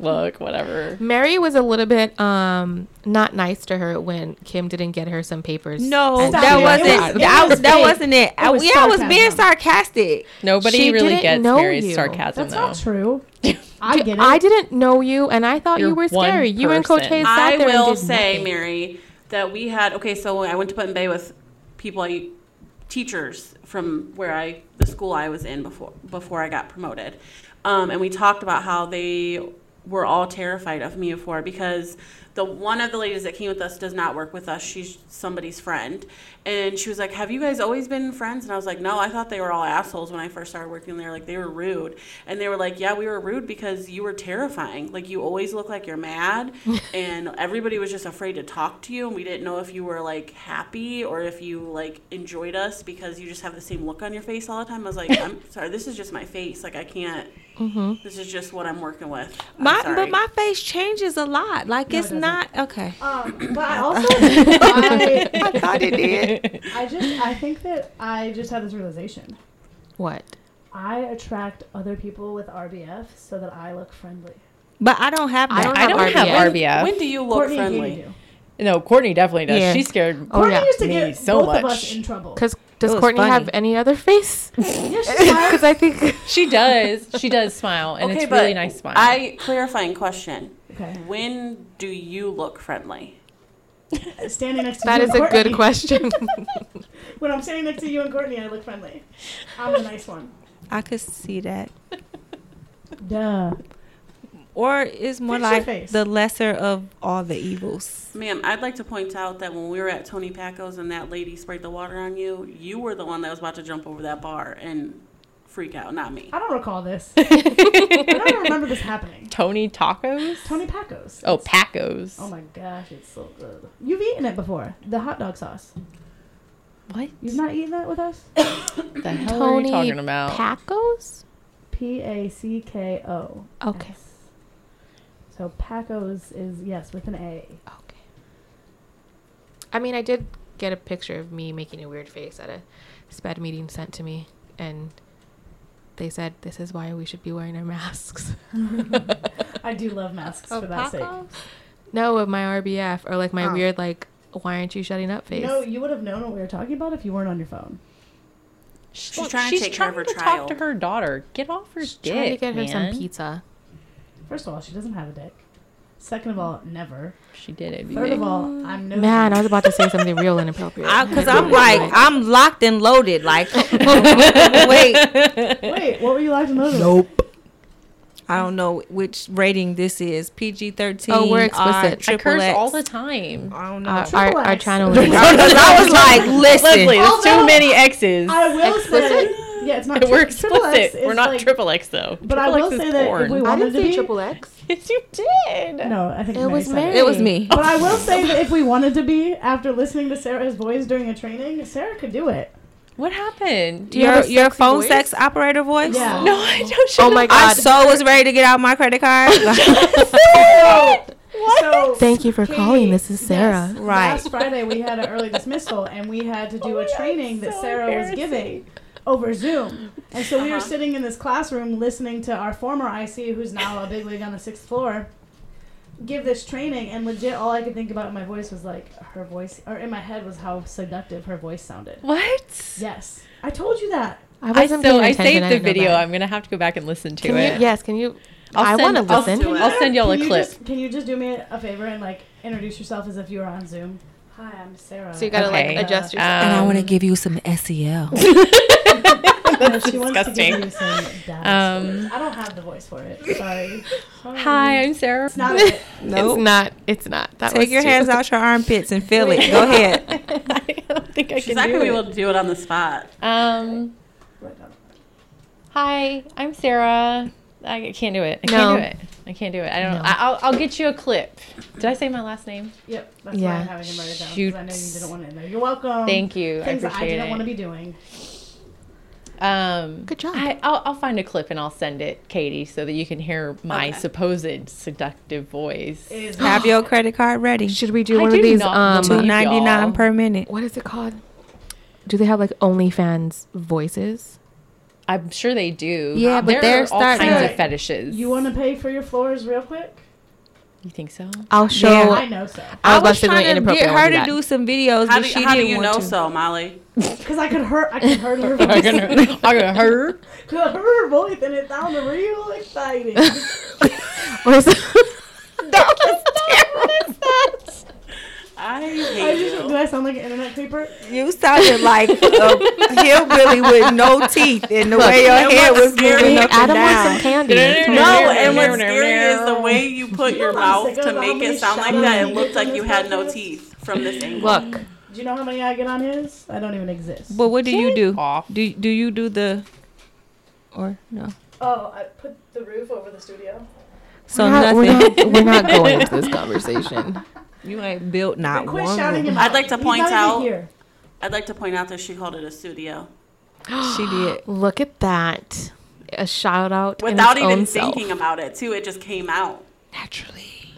Look, whatever.
Mary was a little bit um not nice to her when Kim didn't get her some papers.
no,
And
Stop
that
it.
wasn't.
It was-
that,
it
was,
was
that
fake.
wasn't it. I,
was
yeah, I was being
sarcasm.
sarcastic.
Nobody
She
really
didn't
gets
know
Mary's
you.
sarcasm
That's
though.
not true.
<laughs>
I
D-
get it.
I didn't know you, and I thought you
You're
were
one
scary. You and Coach
person.
Hayes sat
I
there
will
and did
say,
nothing.
Mary, that we had okay. So I went to Button Bay with people, I teachers from where I the school I was in before before I got promoted, um, and we talked about how they were all terrified of me before because the one of the ladies that came with us does not work with us. She's somebody's friend, and she was like, "Have you guys always been friends?" And I was like, "No, I thought they were all assholes when I first started working there. Like they were rude." And they were like, "Yeah, we were rude because you were terrifying. Like you always look like
<laughs>
you're mad, and everybody was just afraid to talk to you, and we didn't know if you were like happy or if you like enjoyed us because you just have the same look on your face all the time." I was
<laughs>
like, "I'm sorry, this is just my face. Like I can't. This is just what I'm working with." I'm
Mm-hmm. My
sorry."
but my face changes a lot. Like it's
doesn't.
not okay.
um, but I also, I,
I thought it did.
I just, I think that I just had this realization.
What?
I attract other people with RBF so that I look friendly.
But I don't have
I don't
that.
I don't have
RBF.
RBF.
When do you look
Courtney and
friendly?
Katie do.
no, Courtney definitely does.
Yeah.
She scared.
Oh,
Courtney
yeah.
used to
Me
get
so
both of us
much.
in trouble.
Because does
was
Courtney have
funny.
any other face?
Yeah,
<laughs>
she's smart.
Because I think
She does. She does smile, and it's really nice smile.
I clarifying question.
Okay.
When do you look friendly?
standing next to
that
you
is
and
a good
Courtney.
question.
When I'm standing next to you and Courtney, I look friendly. I'm the nice one.
I could see that.
Duh.
Or it's more
Fix your
like
face.
the lesser of all the evils.
Ma'am, I'd like to point out that when we were at Tony Paco's and that lady sprayed the water on you, you were the one that was about to jump over that bar and freak out, not me.
I don't recall
<laughs>
this. I don't even remember this happening.
Tony tacos.
Tony Paco's.
Oh, Pacos.
Oh my gosh, it's so good. You've eaten it before. The hot dog sauce.
What
You've not eaten that with us?
the hell are
Tony
you talking about?
Pacos?
P A C K O.
Okay.
S. So Paco's is yes with an A.
Okay. I mean, I did get a picture of me making a weird face at a sped meeting sent to me, and they said this is why we should be wearing our masks. <laughs>
I do love masks
Oh,
for that sake.
No, of my RBF or like my
Oh.
weird like, why aren't you shutting up face?
No, you would have known what we were talking about if you weren't on your phone.
She's,
trying to take care of her
to talk
child.
to her daughter. Get off her dick,
Trying to get her
man.
some pizza.
First of all, she doesn't have a dick. Second of all, never.
She did it.
<laughs> Third of all, I'm no.
Man, I was about to say something real inappropriate.
<laughs>
uh,
Because Uh, I'm like I'm locked and loaded. Like wait,
<laughs>
Wait, what were you like to know?
<laughs> I don't know which rating this is. PG thirteen.
Oh, we're explicit. Uh,
I curse all the time.
Uh,
I don't know.
our, our, our
Triple
channel
I, <laughs>
is <laughs>
was, I was like, listen.
Leslie, there's
Although-
too many X's.
I will
Explicit?
say, yeah, it's not.
<laughs> We're
tri- triple X
explicit.
is
We're not
like-
triple X though.
But I
triple
will
X is
say that if
porn.
we-
I
wanted
didn't
to
say
be-
triple X.
<laughs> yes, you did.
No, I think
It
Mary
was
said
Mary.
It was me.
But I will
<laughs>
say that if we wanted to be after listening to Sarah's voice during a training, Sarah could do it.
What happened?
you
Your
have a
your
sexy
phone
voice?
sex operator voice.
Yeah.
<laughs> No, I don't.
Oh my
I
god.
so was ready to get out my credit card.
So
Thank you for calling. This is Sarah.
Yes,
Right.
Last Friday we had an
<laughs>
early dismissal and we had to do a training that
Oh, so
Sarah was giving over Zoom. And so
Uh-huh.
we were sitting in this classroom listening to our former IC, who's now a big league on the sixth floor, give this training. And legit, all I could think about in my voice was like her voice, or in my head was how seductive her voice sounded.
What?
Yes, I told you that.
I
I
wasn't
so
paying
I
attention.
saved the
didn't know
video.
that.
I'm gonna have to go back and listen to
Can
it.
you? Yes. Can you?
I'll
i want to
send- I'll
listen.
do it.
I'll send y'all a
Can you
clip.
just- can you just do me a favor and like introduce yourself as if you were on Zoom? Hi, I'm Sarah.
So you gotta
Okay.
like adjust
Um,
yourself.
to give you some SEL.
She wants to give
disgusting.
you some dad
Um,
stories. I don't have the voice for it. Sorry. Sorry.
Hi, I'm Sarah.
It's
<laughs>
not it.
No.
It's not. It's not. That was
Take your
too-
hands out your armpits and feel <laughs> it. Go ahead.
<laughs> I don't think I
She's
can
not gonna
do
be
it.
able to do it on the spot.
Um, hi, I'm Sarah. I can't do it. I
No.
can't do it. I can't do it. I don't.
No.
I, I'll, I'll get you a clip. Did I say my last name?
Yep. That's why
Yeah.
I'm having him write it down because I know you
Shoot.
didn't want it in there. You're welcome.
Thank you. I
Things that I
appreciate
didn't want to
it.
be doing.
Um,
Good job.
I, I'll, I'll find a clip and I'll send it, Katie, so that you can hear my supposed seductive voice.
Have your credit card ready.
Should we do
I
one
do
of these?
not
Um,
believe-
Two ninety
y'all.
nine per minute.
what is it called? Do they have like OnlyFans voices? <laughs>
I'm sure they do.
Yeah, but
There
they're
are all
starting-
kinds
Hey,
of fetishes.
You want to pay for your floors real quick?
You think so?
I'll show.
Yeah.
I know so.
I was about to say
trying to
inappropriate.
get
I
her
won't
to
do
do some videos,
How
but
do,
she
how do
didn't
you
want
know
to.
so, Molly?
Because I could hurt, I could hurt her voice.
I'm gonna, I'm gonna hurt.
<laughs> Could her voice and it sounded real exciting.
that. What is
I
I
hate
just,
you.
do I sound like an internet creeper?
You sounded like a hillbilly with no teeth, and the way your hair was moving up and
Adam wants some
down.
candy.
No, and what's scary is the way you put your mouth to make it sound like that. It looked like you had no teeth from this angle.
Look,
Do you know how many I get on his? I don't even exist.
But what do you do?
Off.
Do do you do the or no?
Oh, I put the roof over the studio.
So
we're, not, we're,
nothing.
not, we're not <laughs> going into this conversation.
You ain't built not
Quit
one.
shouting
room.
him
I'd
out.
like to
He's
point
not even
out-
Here.
I'd like to point out that she called it a studio
She <gasps> did.
Look at that. A shout out in
without
its
even
own self.
thinking about it, too. It just came out.
Naturally.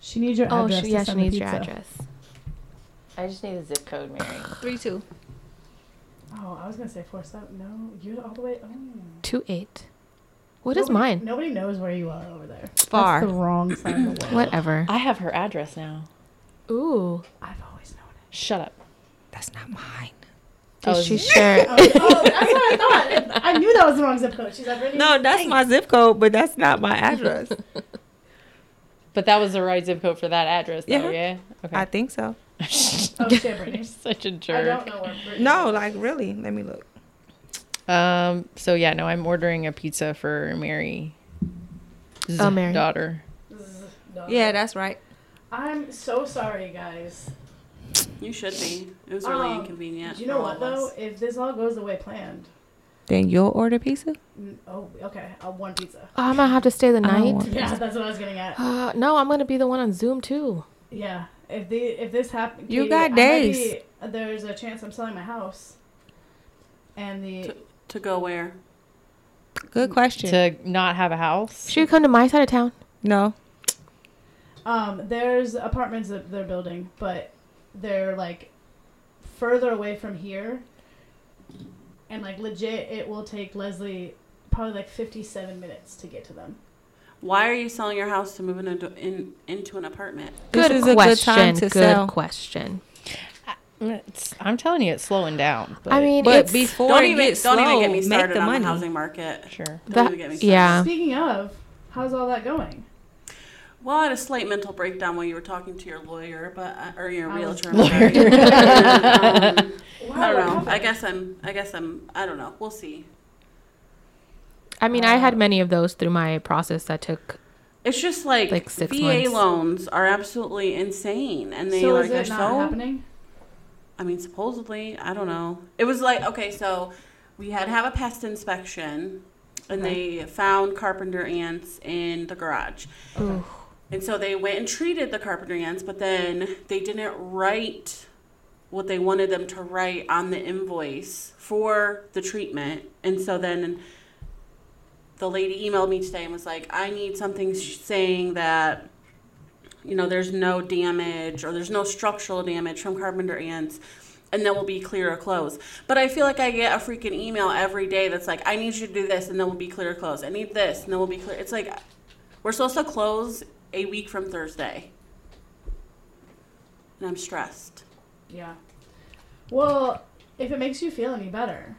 She needs your
Oh,
address.
she,
to
yeah, she
send the
needs your
pizza.
address.
I just need a zip code, Mary.
Three two.
Oh, I was gonna say four seven. No, you're all the way. Oh.
Two eight. What is
Nobody-
mine?
Nobody knows where you are over there.
Far.
That's the wrong side of the world.
Whatever.
I have her address now.
Ooh.
<laughs> I've always known it.
Shut up.
That's not mine.
Did
Oh,
she
is
share it?
Oh, that's what I
<laughs>
thought. I knew that was the wrong zip code. She's like, Brittany,
No, that's my zip code, but that's not <laughs> my address.
But that was the right zip code for that address, though, yeah?
Yeah. I
Okay.
think so.
Oh shit,
<laughs>
Brittany.
<laughs> Such a
I don't
jerk.
know where. Brittany
No,
is.
like really. Let me look.
Um, so, yeah, no, I'm ordering a pizza for Mary.
Oh, Mary.
Daughter.
Zzz, no.
Yeah, that's right.
I'm so sorry, guys.
You should be. It was really
Um,
inconvenient.
Do you know
for all
what
of us.
though? If this all goes the way planned,
Then you'll order pizza.
n- oh, okay, I'll one pizza.
Oh, I'm gonna have to stay the
don't
night.
want-
Yeah, <laughs> that's what I was getting at.
Uh, no, I'm gonna be the one on Zoom too.
Yeah, if the if this happens,
You got days.
there's a chance I'm selling my house, and the
To go where?
Good question.
To not have a house?
Should you come to my side of town?
no.
um there's apartments that they're building, but they're like further away from here, and like legit, it will take Leslie probably like 57 minutes to get to them.
Why are you selling your house to move in, a, in into an apartment?
This is a good time to
good
sell.
question.
It's- I'm telling you, it's slowing down. But
I mean,
But
it's,
before
don't
it
even
gets
don't even get
slow,
me
make
started
the
on
money.
the housing market.
sure.
Don't
that,
even get me started.
yeah.
Speaking of, how's all that going?
Well, I had a slight mental breakdown while you were talking to your lawyer, but I- or your
I was-
realtor. I'm
<laughs>
sorry. um, I
Wow,
don't know.
how-
I guess I'm. I guess I'm. I don't know. We'll see.
I mean, I had many of those through my process that took.
It's just like,
Like six
VA
months.
loans are absolutely insane, and they
so
like
is
are
it not
so
happening?
I mean, supposedly, I don't know. It was like okay, so we had to have a pest inspection, and they found carpenter ants in the garage,
Ooh.
and so they went and treated the carpenter ants, but then they didn't write what they wanted them to write on the invoice for the treatment, and so then the lady emailed me today and was like, I need something sh- saying that you know, there's no damage or there's no structural damage from carpenter ants, and then we'll be clear or close. But I feel like I get a freaking email every day that's like, I need you to do this, and then we'll be clear or close. I need this, and then we'll be clear. It's like, we're supposed to close a week from Thursday, and I'm stressed.
Yeah. Well, if it makes you feel any better,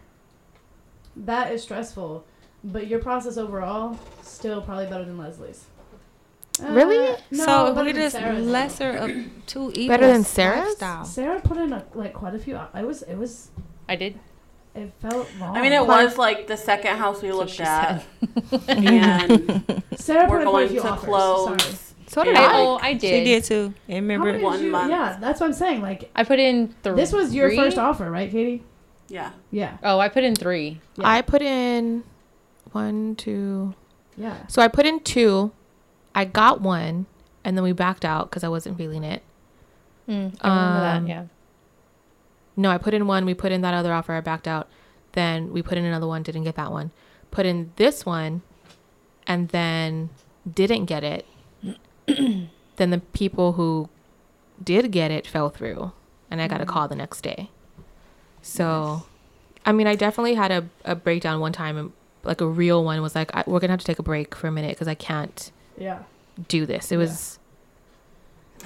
that is stressful. But your process overall still probably better than Leslie's. Uh,
Really?
No,
so
better
we
than
just
Sarah's.
lesser of two evils.
Better than Sarah's?
lifestyle.
Sarah put in a, like quite a few. hou- It was. It was.
I did.
It felt wrong.
I mean, it was like the second house we looked
she
at, <laughs> and
Sarah put
we're
in quite a
going
few
to
offers. Sorry.
close.
So did
Yeah.
I.
oh, I
She
did.
did too. And
How
remember,
many did
one
you-
month.
Yeah, that's what I'm saying. Like
I put in three.
this was your
three?
first offer, right, Katie?
Yeah,
Yeah.
Oh, I put in three.
Yeah.
I put in one, two.
Yeah.
So I put in two. I got one, and then we backed out because I wasn't feeling it.
Mm, I remember
Um,
that. Yeah.
No, I put in one. We put in that other offer. I backed out. Then we put in another one. Didn't get that one. Put in this one, and then didn't get it. then the people who did get it fell through, and I got a call the next day. So, I mean, I definitely had a, a breakdown one time, and like a real one was like, I, "We're gonna have to take a break for a minute because I can't
Yeah.
do this." It was,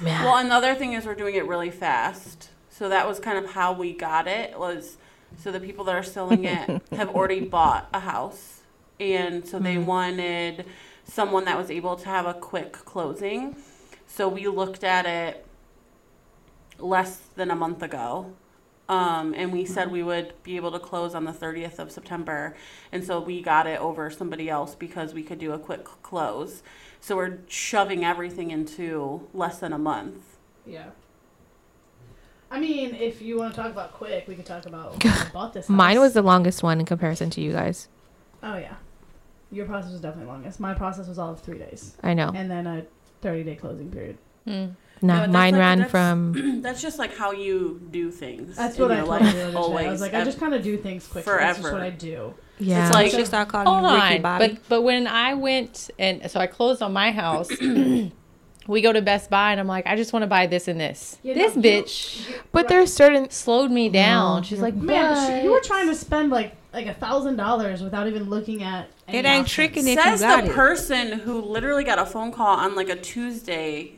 man.
Well, another thing is we're doing it really fast. So that was kind of how we got it was so the people that are selling it have already bought a house and so they wanted someone that was able to have a quick closing. So we looked at it less than a month ago. Um, and we said we would be able to close on the 30th of September. And so we got it over somebody else because we could do a quick close. So we're shoving everything into less than a month.
Yeah. I mean, if you want to talk about quick, we could talk
<laughs>
about bought this.
Mine was the longest one in comparison to you guys.
Oh yeah, your process was definitely longest. My process was all of three days,
I know.
and then a thirty-day closing period.
Mm.
No,
Nah,
that's
mine
like-
ran
that's-
from
<clears throat> That's just like how you do things.
That's
in
what I
your
told
life,
you the other day. I was like, I
ev-
just kind of do things quickly. That's just
forever.
what I do.
yeah.
It's like should start calling
Hold
you Ricky
on.
Bobby.
But but when I went and so I closed on my house, <clears throat> we go to Best Buy and I'm like, I just want to buy this and this.
Yeah,
this
no, you-
bitch
but there's certain
slowed me down. She's like,
"Mm,
Man,
"But
she, you were trying to spend like like a thousand dollars without even looking at. any
it ain't
options.
tricking if you
says
got
the
it.
person who literally got a phone call on like a Tuesday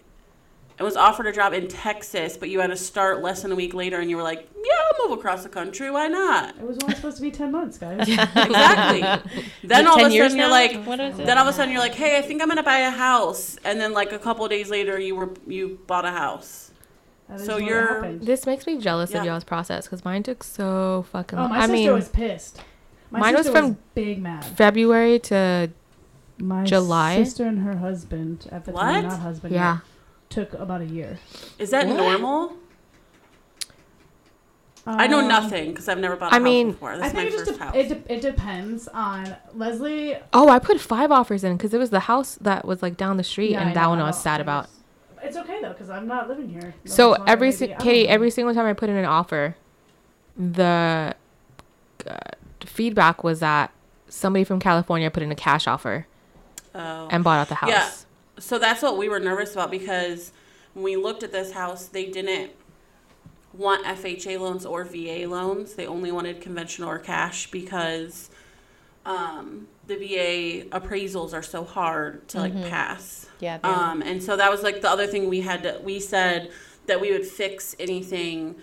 and was offered a job in Texas, but you had to start less than a week later, and you were like, "Yeah, I'll move across the country. Why not?"
It was only supposed to be ten months, guys.
<laughs>
Exactly. then all
10
of a
years
sudden you're
now?
like,
What is it?
then all of a sudden you're like, "Hey, I think I'm gonna buy a house," and then like a couple of days later you were you bought a house.
That is
So
what
you're-
happened.
this makes me jealous
Yeah.
of y'all's process because mine took so fucking.
Oh,
long.
my
I
sister
mean,
was pissed. My
mine was
sister
from-
big mad.
February to
My
July?
sister and her husband at the time,
What?
not husband, yet,
yeah.
took about a year.
Is that
What?
normal? I know
Um,
nothing because I've never bought a
I
house
mean-
before. This
I
is my
think it
first
just
house.
de- it, de- it depends on Leslie.
Oh, I put five offers in because it was the house that was like down the street,
Yeah,
and
I
that
know,
one I
know,
was sad
know.
about.
It's okay though, because I'm not living here. No
So
one's longer,
every
maybe.
si-
I don't
Katie,
know.
every single time I put in an offer, the uh, feedback was that somebody from California put in a cash offer
Oh.
and bought out the house.
Yeah. So that's what we were nervous about because when we looked at this house, they didn't want FHA loans or VA loans. They only wanted conventional or cash because um, the VA appraisals are so hard to like pass.
Mm-hmm. yeah, they are.
Um, and so that was like the other thing we had to, we said that we would fix anything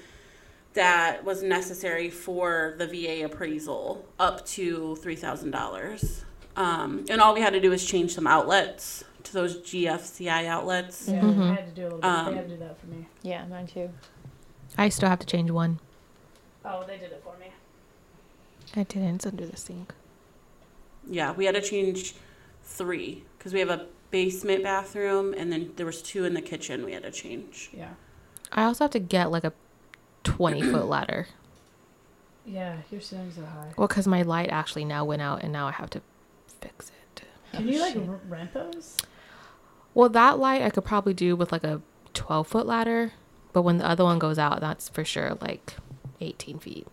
that was necessary for the VA appraisal up to $3,000. Um, and all we had to do was change some outlets to those GFCI outlets.
Yeah,
Mm-hmm.
I had to do a little bit.
Um,
they had to do that for me.
yeah, mine too.
I still have to change one.
Oh, they did it for me.
I didn't. It's under the sink.
Yeah, we had to change three because we have a basement bathroom and then there was two in the kitchen we had to change.
Yeah.
I also have to get like a 20 foot ladder.
Yeah, you're sitting so high.
Well, because my light actually now went out and now I have to fix it.
Oh,
Can you like r- rent those?
Well, that light I could probably do with like a 12 foot ladder, but when the other one goes out, that's for sure like 18 feet.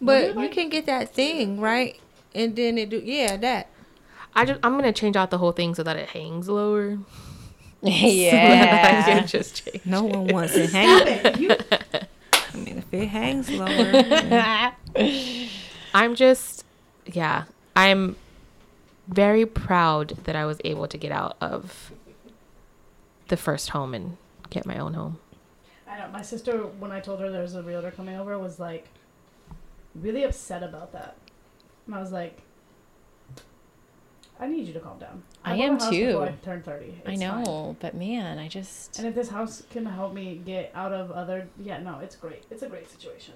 Were
But
you
you
like-
can get that thing right, and then it do yeah that.
I just, I'm going to change out the whole thing so that it hangs lower. <laughs> I <laughs>
yeah.
can just change.
No one wants it hanging.
Stop it,
<laughs>
you-
I mean, if it
<laughs>
hangs lower,
I'm just, yeah, I'm very proud that I was able to get out of the first home and get my own home.
I know. My sister, when I told her there was a realtor coming over, was like really upset about that. And I was like, I need you to calm down.
I
bought a
am
house
too.
before I turned 30.
I
It's fine.
know, but man, I just
And if this house can help me get out of other, yeah, no, it's great. It's a great situation.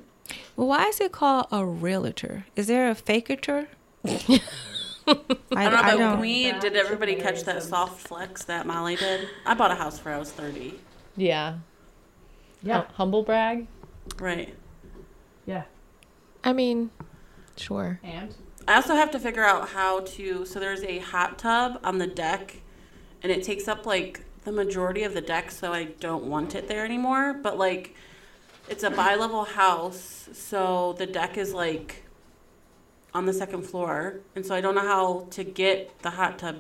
well, why is it called a realtor? Is there a fakeator?
I don't know, but
don't-
we
That's
did everybody catch that
amazing.
soft flex that Molly did? I bought a house before I was 30.
yeah.
Yeah.
Hum- humble brag.
Right.
Yeah.
I mean, sure.
Oh. And
I also have to figure out how to. So there's a hot tub on the deck, and it takes up like the majority of the deck, so I don't want it there anymore. But like, it's a bi-level house, so the deck is like on the second floor, and so I don't know how to get the hot tub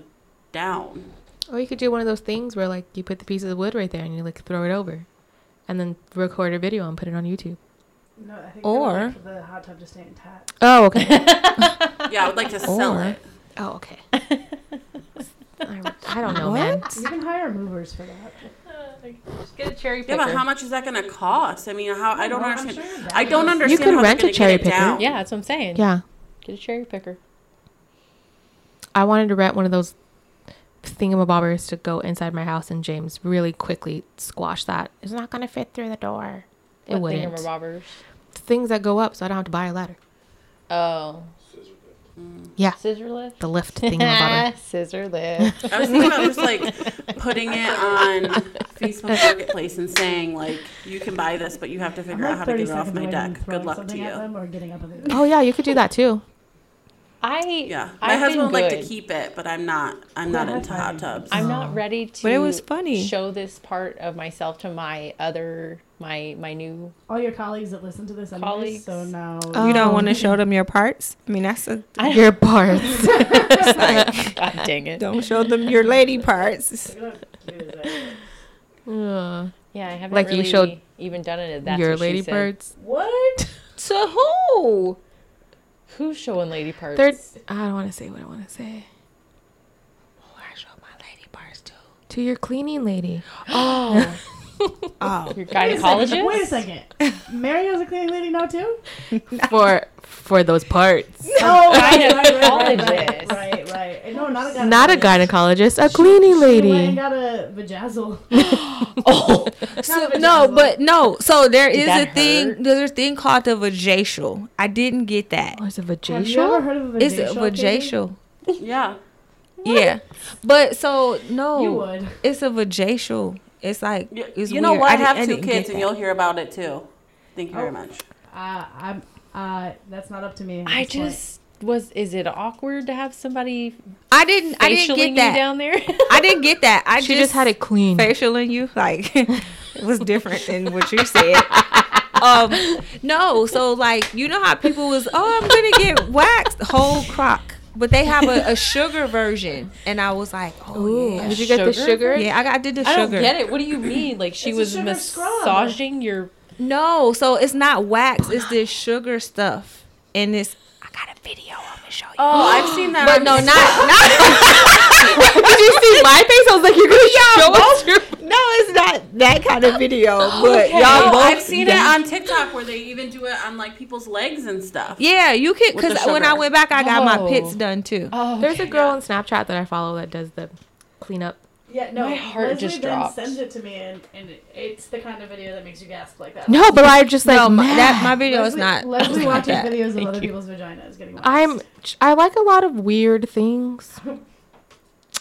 down.
Or you could do one of those things where like you put the pieces of wood right there and you like throw it over, and then record a video and put it on YouTube.
No, I think
they Or-
or the hot tub to stay intact.
Oh okay.
Yeah, I would like to sell
Or-
it.
<laughs> oh okay. <laughs> I, I don't know, man.
You can hire movers for that.
Uh, Get a cherry
Yeah,
picker.
but how much is that going to cost? I mean, how I don't
Well, I'm
understand.
sure that
I don't
is-
understand.
You could
how
rent a
they're gonna get
cherry
it
picker.
down.
Yeah, that's what I'm saying.
Yeah,
Get a cherry picker.
I wanted to rent one of those thingamabobbers to go inside my house, and James really quickly squashed that. It's not gonna fit through the door. It
What
wouldn't.
thingamabobbers?
Things that go up, so I don't have to buy a ladder.
Oh,
Yeah,
scissor lift. Ah,
the <laughs> lift thingamabobber.
scissor
<laughs>
lift.
I was thinking about just like putting it on Facebook Marketplace and saying like, you can buy this, but you have to
I'm
figure out
like
how to
30
get it off
seconds
my
away from
deck. Good
throwing
luck to
something at
you.
them or getting up in the-
Oh yeah, you could do that <laughs> too.
I
Yeah, my
I've
husband
been
would like to
good.
keep it, but I'm not. I'm not
high
into hot
fiving.
tubs.
I'm not ready to.
But it was funny.
Show this part of myself to my other my my new. <laughs>
all your colleagues that listen to this anyways,
Colleagues.
so now
Oh.
You don't want to show them your parts. I mean, that's a
Your <laughs> parts.
God dang it.
don't show them your lady parts.
Ugh.
Yeah, I haven't
Like, you
really
showed
even done it. if That's
your
what she said.
ladybirds.
what?
To
Oh.
who? Who's showing lady parts?
They're. I don't want to say what I want to say. Oh, I show my lady parts
<laughs>
too. To your cleaning lady.
oh,
Oh,
your
<laughs> Wait a second,
gynecologist.
Wait a second. Mary has a cleaning lady now too.
For for those <laughs> parts.
Oh,
gynecologist.
right, right. And No, not a gynecologist.
Not a gynecologist, a cleaning
She went and
lady.
got a vajazzle.
Oh,
Not a
No,
vajazzle.
but no. So there
Did
is a
that
thing.
hurt?
There's a thing called the vajacial. I didn't get that.
Oh, it's a
Have you ever
vajacial?
heard of a vajacial?
It's a
Katie?
vajacial.
Yeah,
Yeah, but so no,
You would.
it's a vajacial. It's like
you,
it's
you know
weird.
what? I
didn't-
have two
didn't get
kids, and
that.
you'll hear about it too. Thank you very much.
Uh, I'm. Uh, that's not up to me. at
I
this point.
just was. Is it awkward to have somebody
I didn't. I didn't
facialing
get
you
that.
down there?
I didn't get that. I
She just had it clean.
facial in you like <laughs> it was different than what you said um no so like you know how people was oh i'm gonna get waxed whole crock but they have a, a sugar version and i was like oh yeah
Did you get the sugar?
yeah i, got, I did the
I don't
sugar
get it.
<laughs>
What do you mean? Like she
It's a
was
sugar scrub.
massaging your
no so it's not wax it's this sugar stuff and it's i got a video i'm gonna show you
Oh, I've seen that.
but no not not
<laughs> Did you see my face? I was like, you're gonna show us your
no it's not that kind of
<gasps>
video but y'all
No,
both
Oh, I've seen it on TikTok where they even do it on like people's legs and stuff.
yeah you can
With the
because when i
sugar.
went back i got
Oh.
my pits done too
oh
There's a girl on Snapchat that I follow that does the cleanup.
Yeah, no.
My heart
Leslie
just
then
dropped.
sends it to me, and, and it's the kind of video that makes you gasp like that.
No, but I just like
no, my,
man,
that my video is
Leslie-
not.
Leslie
it's not
watches
that.
videos of other people's vaginas getting. Waxed.
I'm I like a lot of weird things.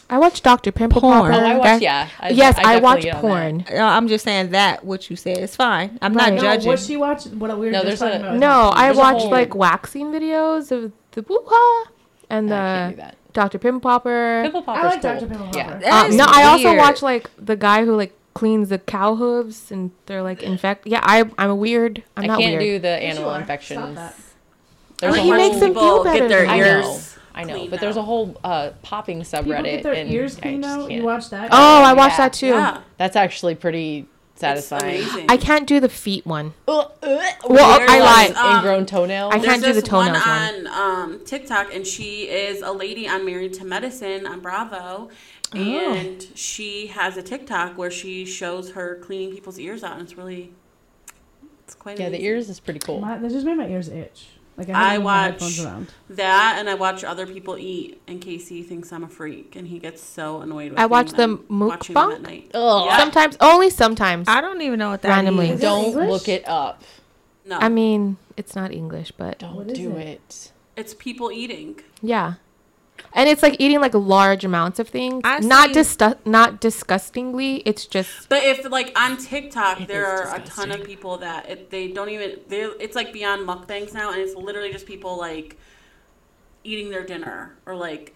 I watch Dr. Pimple
Porn.
Popper.
Oh, I watch,
That-
yeah. I,
yes, I,
definitely
watch
get on that.
porn.
No, I'm just saying that what you said. It's fine. I'm
Right.
not
No,
judging.
what she watched? What we were
No,
just
there's
talking
a-
about.
No, I
There's a
watch
whole-
like waxing videos of the woo-ha and
I can't do
the
that.
Dr. Pimple Popper.
Pimple
I
popper's
like
cool.
Dr. Pimple Popper.
Yeah.
Uh,
That is
no, I also
weird.
watch like the guy who like cleans the cow hooves and they're like infect. Yeah, I I'm a weird. I'm
I
not
can't
weird.
do the
Yes, you
animal
are. Stop
infections.
that.
There's
I
a
watch
He makes
whole-
them feel
people
better
Get their
than
I know.
ears.
I know.
cleaned
But there's a
out.
whole uh, popping
People
subreddit.
get their
and
ears
I
cleaned
just
out. You
can't.
watch that?
oh, I watch
Yeah.
that too.
Yeah,
That's actually pretty
it's
satisfying.
amazing.
I can't do the feet one.
well,
Well, I lied.
Um,
ingrown toenail.
I can't do
There's
the
this
toenails
one on um, TikTok, and she is a lady on Married to Medicine on Bravo,
Oh.
and she has a TikTok where she shows her cleaning people's ears out, and it's really, it's quite.
yeah, the
amazing.
ears is pretty cool.
My, that just made my ears itch. Like I,
I
haven't moved my
watch-
headphones around.
That, and I watch other people eat, and Casey thinks I'm a freak, and he gets so annoyed with
I
me
watch
when I'm
the
watching them at
mukbang.
night.
Ugh.
Yeah.
Sometimes, only sometimes. I,
I don't even know what that
Randomly.
means.
that
Don't
English?
look it up.
No,
mean, it's not English, but
Don't
What is
do
it?
it.
it's people eating.
yeah. And it's like eating like large amounts of things.
I
not
see-
disgu- not disgustingly. It's just
But if like on TikTok,
It
there
is
are a ton
disgusting.
of people that it, they don't even. they It's like beyond mukbangs now, and it's literally just people like eating their dinner or like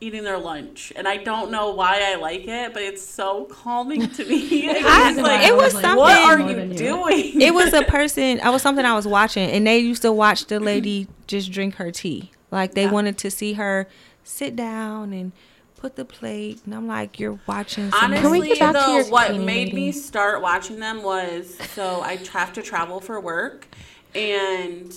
eating their lunch, and I don't know why I like it, but it's so calming to me. <laughs> It's
I-
just like,
it was
what are
something-
More
you
than you.
doing?
it
<laughs>
was a person i was something i was watching and they used to watch the lady just drink her tea like they wanted to see her sit down and put the plate and i'm like you're watching some-
Honestly,
Can we get back to
though,
your
what
cleaning
made me
lady?
start watching them was so I have to travel for work, and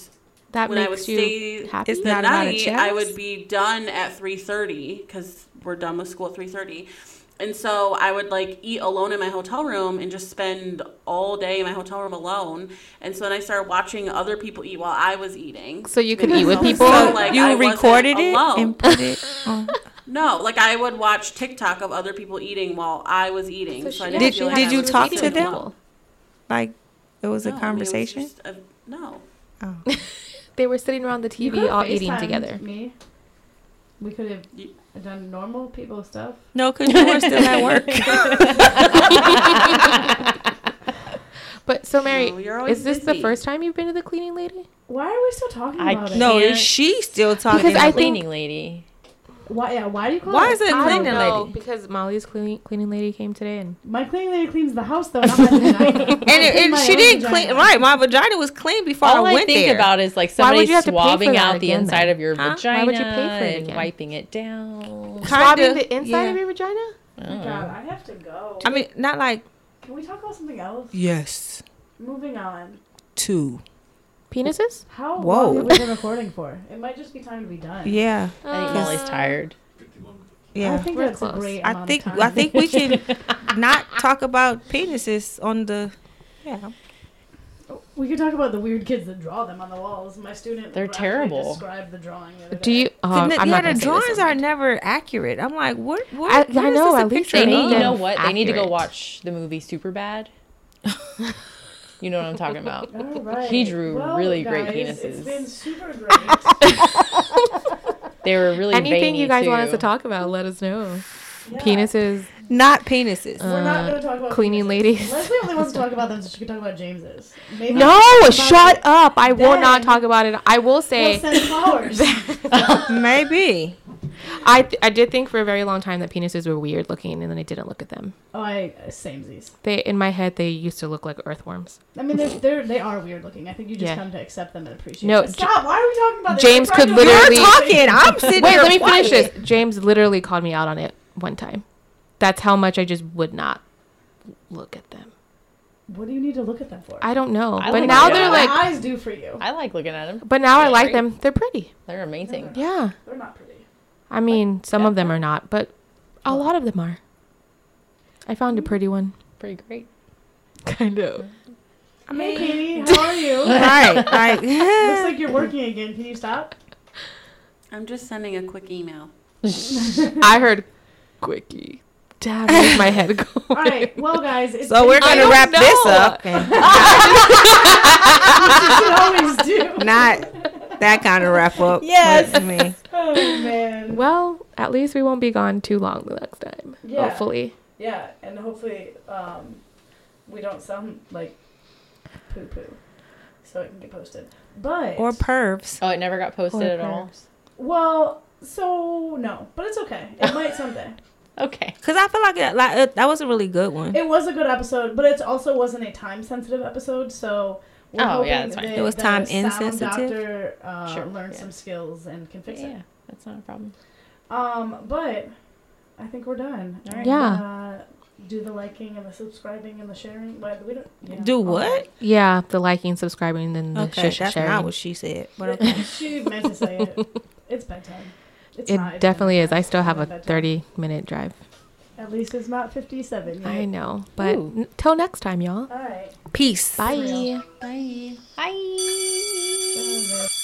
That
when I would
makes you
stay
happy.
It's
the
not about a
night,
chest?
I would be done at three thirty because we're done with school at three thirty, and so I would like eat alone in my hotel room and just spend all day in my hotel room alone. And so then I started watching other people eat while I was eating.
So you could
Made
eat with
myself
people?
feel
so
like
you
I wasn't
recorded it
alone.
and put it on
<laughs> No, like I would watch TikTok of other people eating while I was eating. So, I
did-
didn't
did
feel
you-
like I
did you
was
talk
eating
to
alone.
them? like it was
No,
a
it
conversation
just a- no.
They were sitting around the
You
TV
could've
all eating
FaceTimed
<laughs>
together.
Me. We could have done normal people stuff.
no because you were still at <laughs> work
But so Mary,
No, you're always
is this the
busy.
first time you've been to the cleaning lady?
Why are we still talking
I
about it?
no
Can't-
is she still talking
Because I think-
cleaning lady.
Why? Yeah. Why do you call?
why
it?
is it
I don't
cleaning
know
lady
because Molly's cleaning cleaning lady came today and
My cleaning lady cleans the house though. Not my vagina.
<laughs>
I
and, it,
clean
and
my
she
own
didn't
vagina.
clean right my vagina was clean before
All
i
I,
went
think
there
about is like
Why would
somebody
you have to pay for
swabbing
that
out the
again,
inside
then?
of your
Huh?
vagina
Why would you pay for it
and
again?
wiping it down.
swabbing
Kinda,
the inside
yeah.
of your vagina.
Oh my God, I have to go.
i mean not like
Can we talk about something else?
yes
Moving on.
two
Penises?
How
Whoa.
long have we been recording for? It might just be time to be done.
yeah
I think Molly's tired.
I
yeah
think
We're
that's a
close.
great. amount
I
of
think
time.
I think we can
<laughs>
not talk about penises on the
Uh,
yeah.
we could talk about the weird kids that draw them on the walls. My student.
They're
graphically
terrible.
Described the drawing. the other
Do
day.
you? Oh, I'm
yeah,
not gonna
the
say this
drawings
on
are
the-
never accurate. I'm like, what? what
I-
what
I
is
know,
this a
at least
picture
they
They
of?
need, you
them
know what? They need to go
accurate.
watch the movie Super
<laughs>
Bad. you know what I'm talking about.
All right.
He drew
Well,
really great
guys, It's
penises.
been super great.
They were really
Anything
veiny,
you guys want
too.
us to talk about, let us know.
Yeah.
Penises,
Not penises.
We're not
Uh,
going to talk about
cleaning
penises.
<laughs> ladies.
Leslie only wants to talk about them, so she can talk about James's. Maybe
No,
we'll
shut up. I will
Then-
not talk about it. I will say,
send
<laughs>
flowers.
Uh.
Maybe.
I, th- I did think for a very long time that penises were weird looking, and then I didn't look at them.
oh, I samesies.
They in my head they used to look like earthworms.
I mean, they're, they're they are weird looking. I think you just
Yeah.
come to accept them and appreciate.
No,
them. stop. Why are we talking about this?
James
We're trying
could
to-
literally-
You're talking.
<laughs>
I'm sitting.
Wait, let
here
me
quiet.
finish this. James literally called me out on it one time. That's how much I just would not look at them.
What do you need to look at them for?
I don't know,
I
but
like
now
that.
What
they're
do
like,
my eyes do for you.
I like looking at them.
but now I
Yeah,
like
right?
them. They're pretty.
They're amazing.
Yeah,
They're not pretty.
I mean some of them are not, but a lot of them are. I found a pretty one.
Pretty great.
Kind of.
I
Hey,
mean,
Katie, how are you? Looks
right? Like,
like you're working again. Can you
<laughs>
stop?
I'm just sending a quick email.
<laughs> I heard quickie. Damn, where's my head going?
All <laughs> right. Well, guys, it's
so
been-
we're
I
gonna
don't
wrap this
know.
up. And
you always
<laughs>
do.
not that kind of wrap up.
Yes.
but, I mean,
Oh man.
<laughs> Well, at least we won't be gone too long the next time.
Yeah.
Hopefully.
Yeah, and hopefully um, we don't sound like poo poo, so it can be posted. But
or pervs.
Oh, it never got posted
Or
at all.
well, so no, but it's okay. It might someday.
Okay.
Cause I feel like, it, like it, that was a really good one.
It was a good episode, but it also wasn't a time sensitive episode, so. We're
Oh,
hoping
yeah, that's fine.
that-
It was
that
time
a sound
insensitive?
Doctor uh,
Sure,
learned
yeah.
some skills and can fix
Yeah,
it.
that's not a problem.
Um, but I think we're done. All right.
Yeah.
Uh, do the liking and the subscribing and the sharing, but we don't yeah.
Do
all
what?
Yeah, the liking, subscribing, and the
Okay,
sh-
that's
sharing.
not what she said. But okay.
<laughs> she meant to say it. It's bedtime. It's
it
not, it's
definitely is.
bedtime.
I still have a
It's bedtime.
30 minute drive.
At least it's not 57 yet.
I know. But
Ooh.
n- till next time, y'all.
All right.
Peace.
Bye.
real.
Bye.
Bye.
Good night.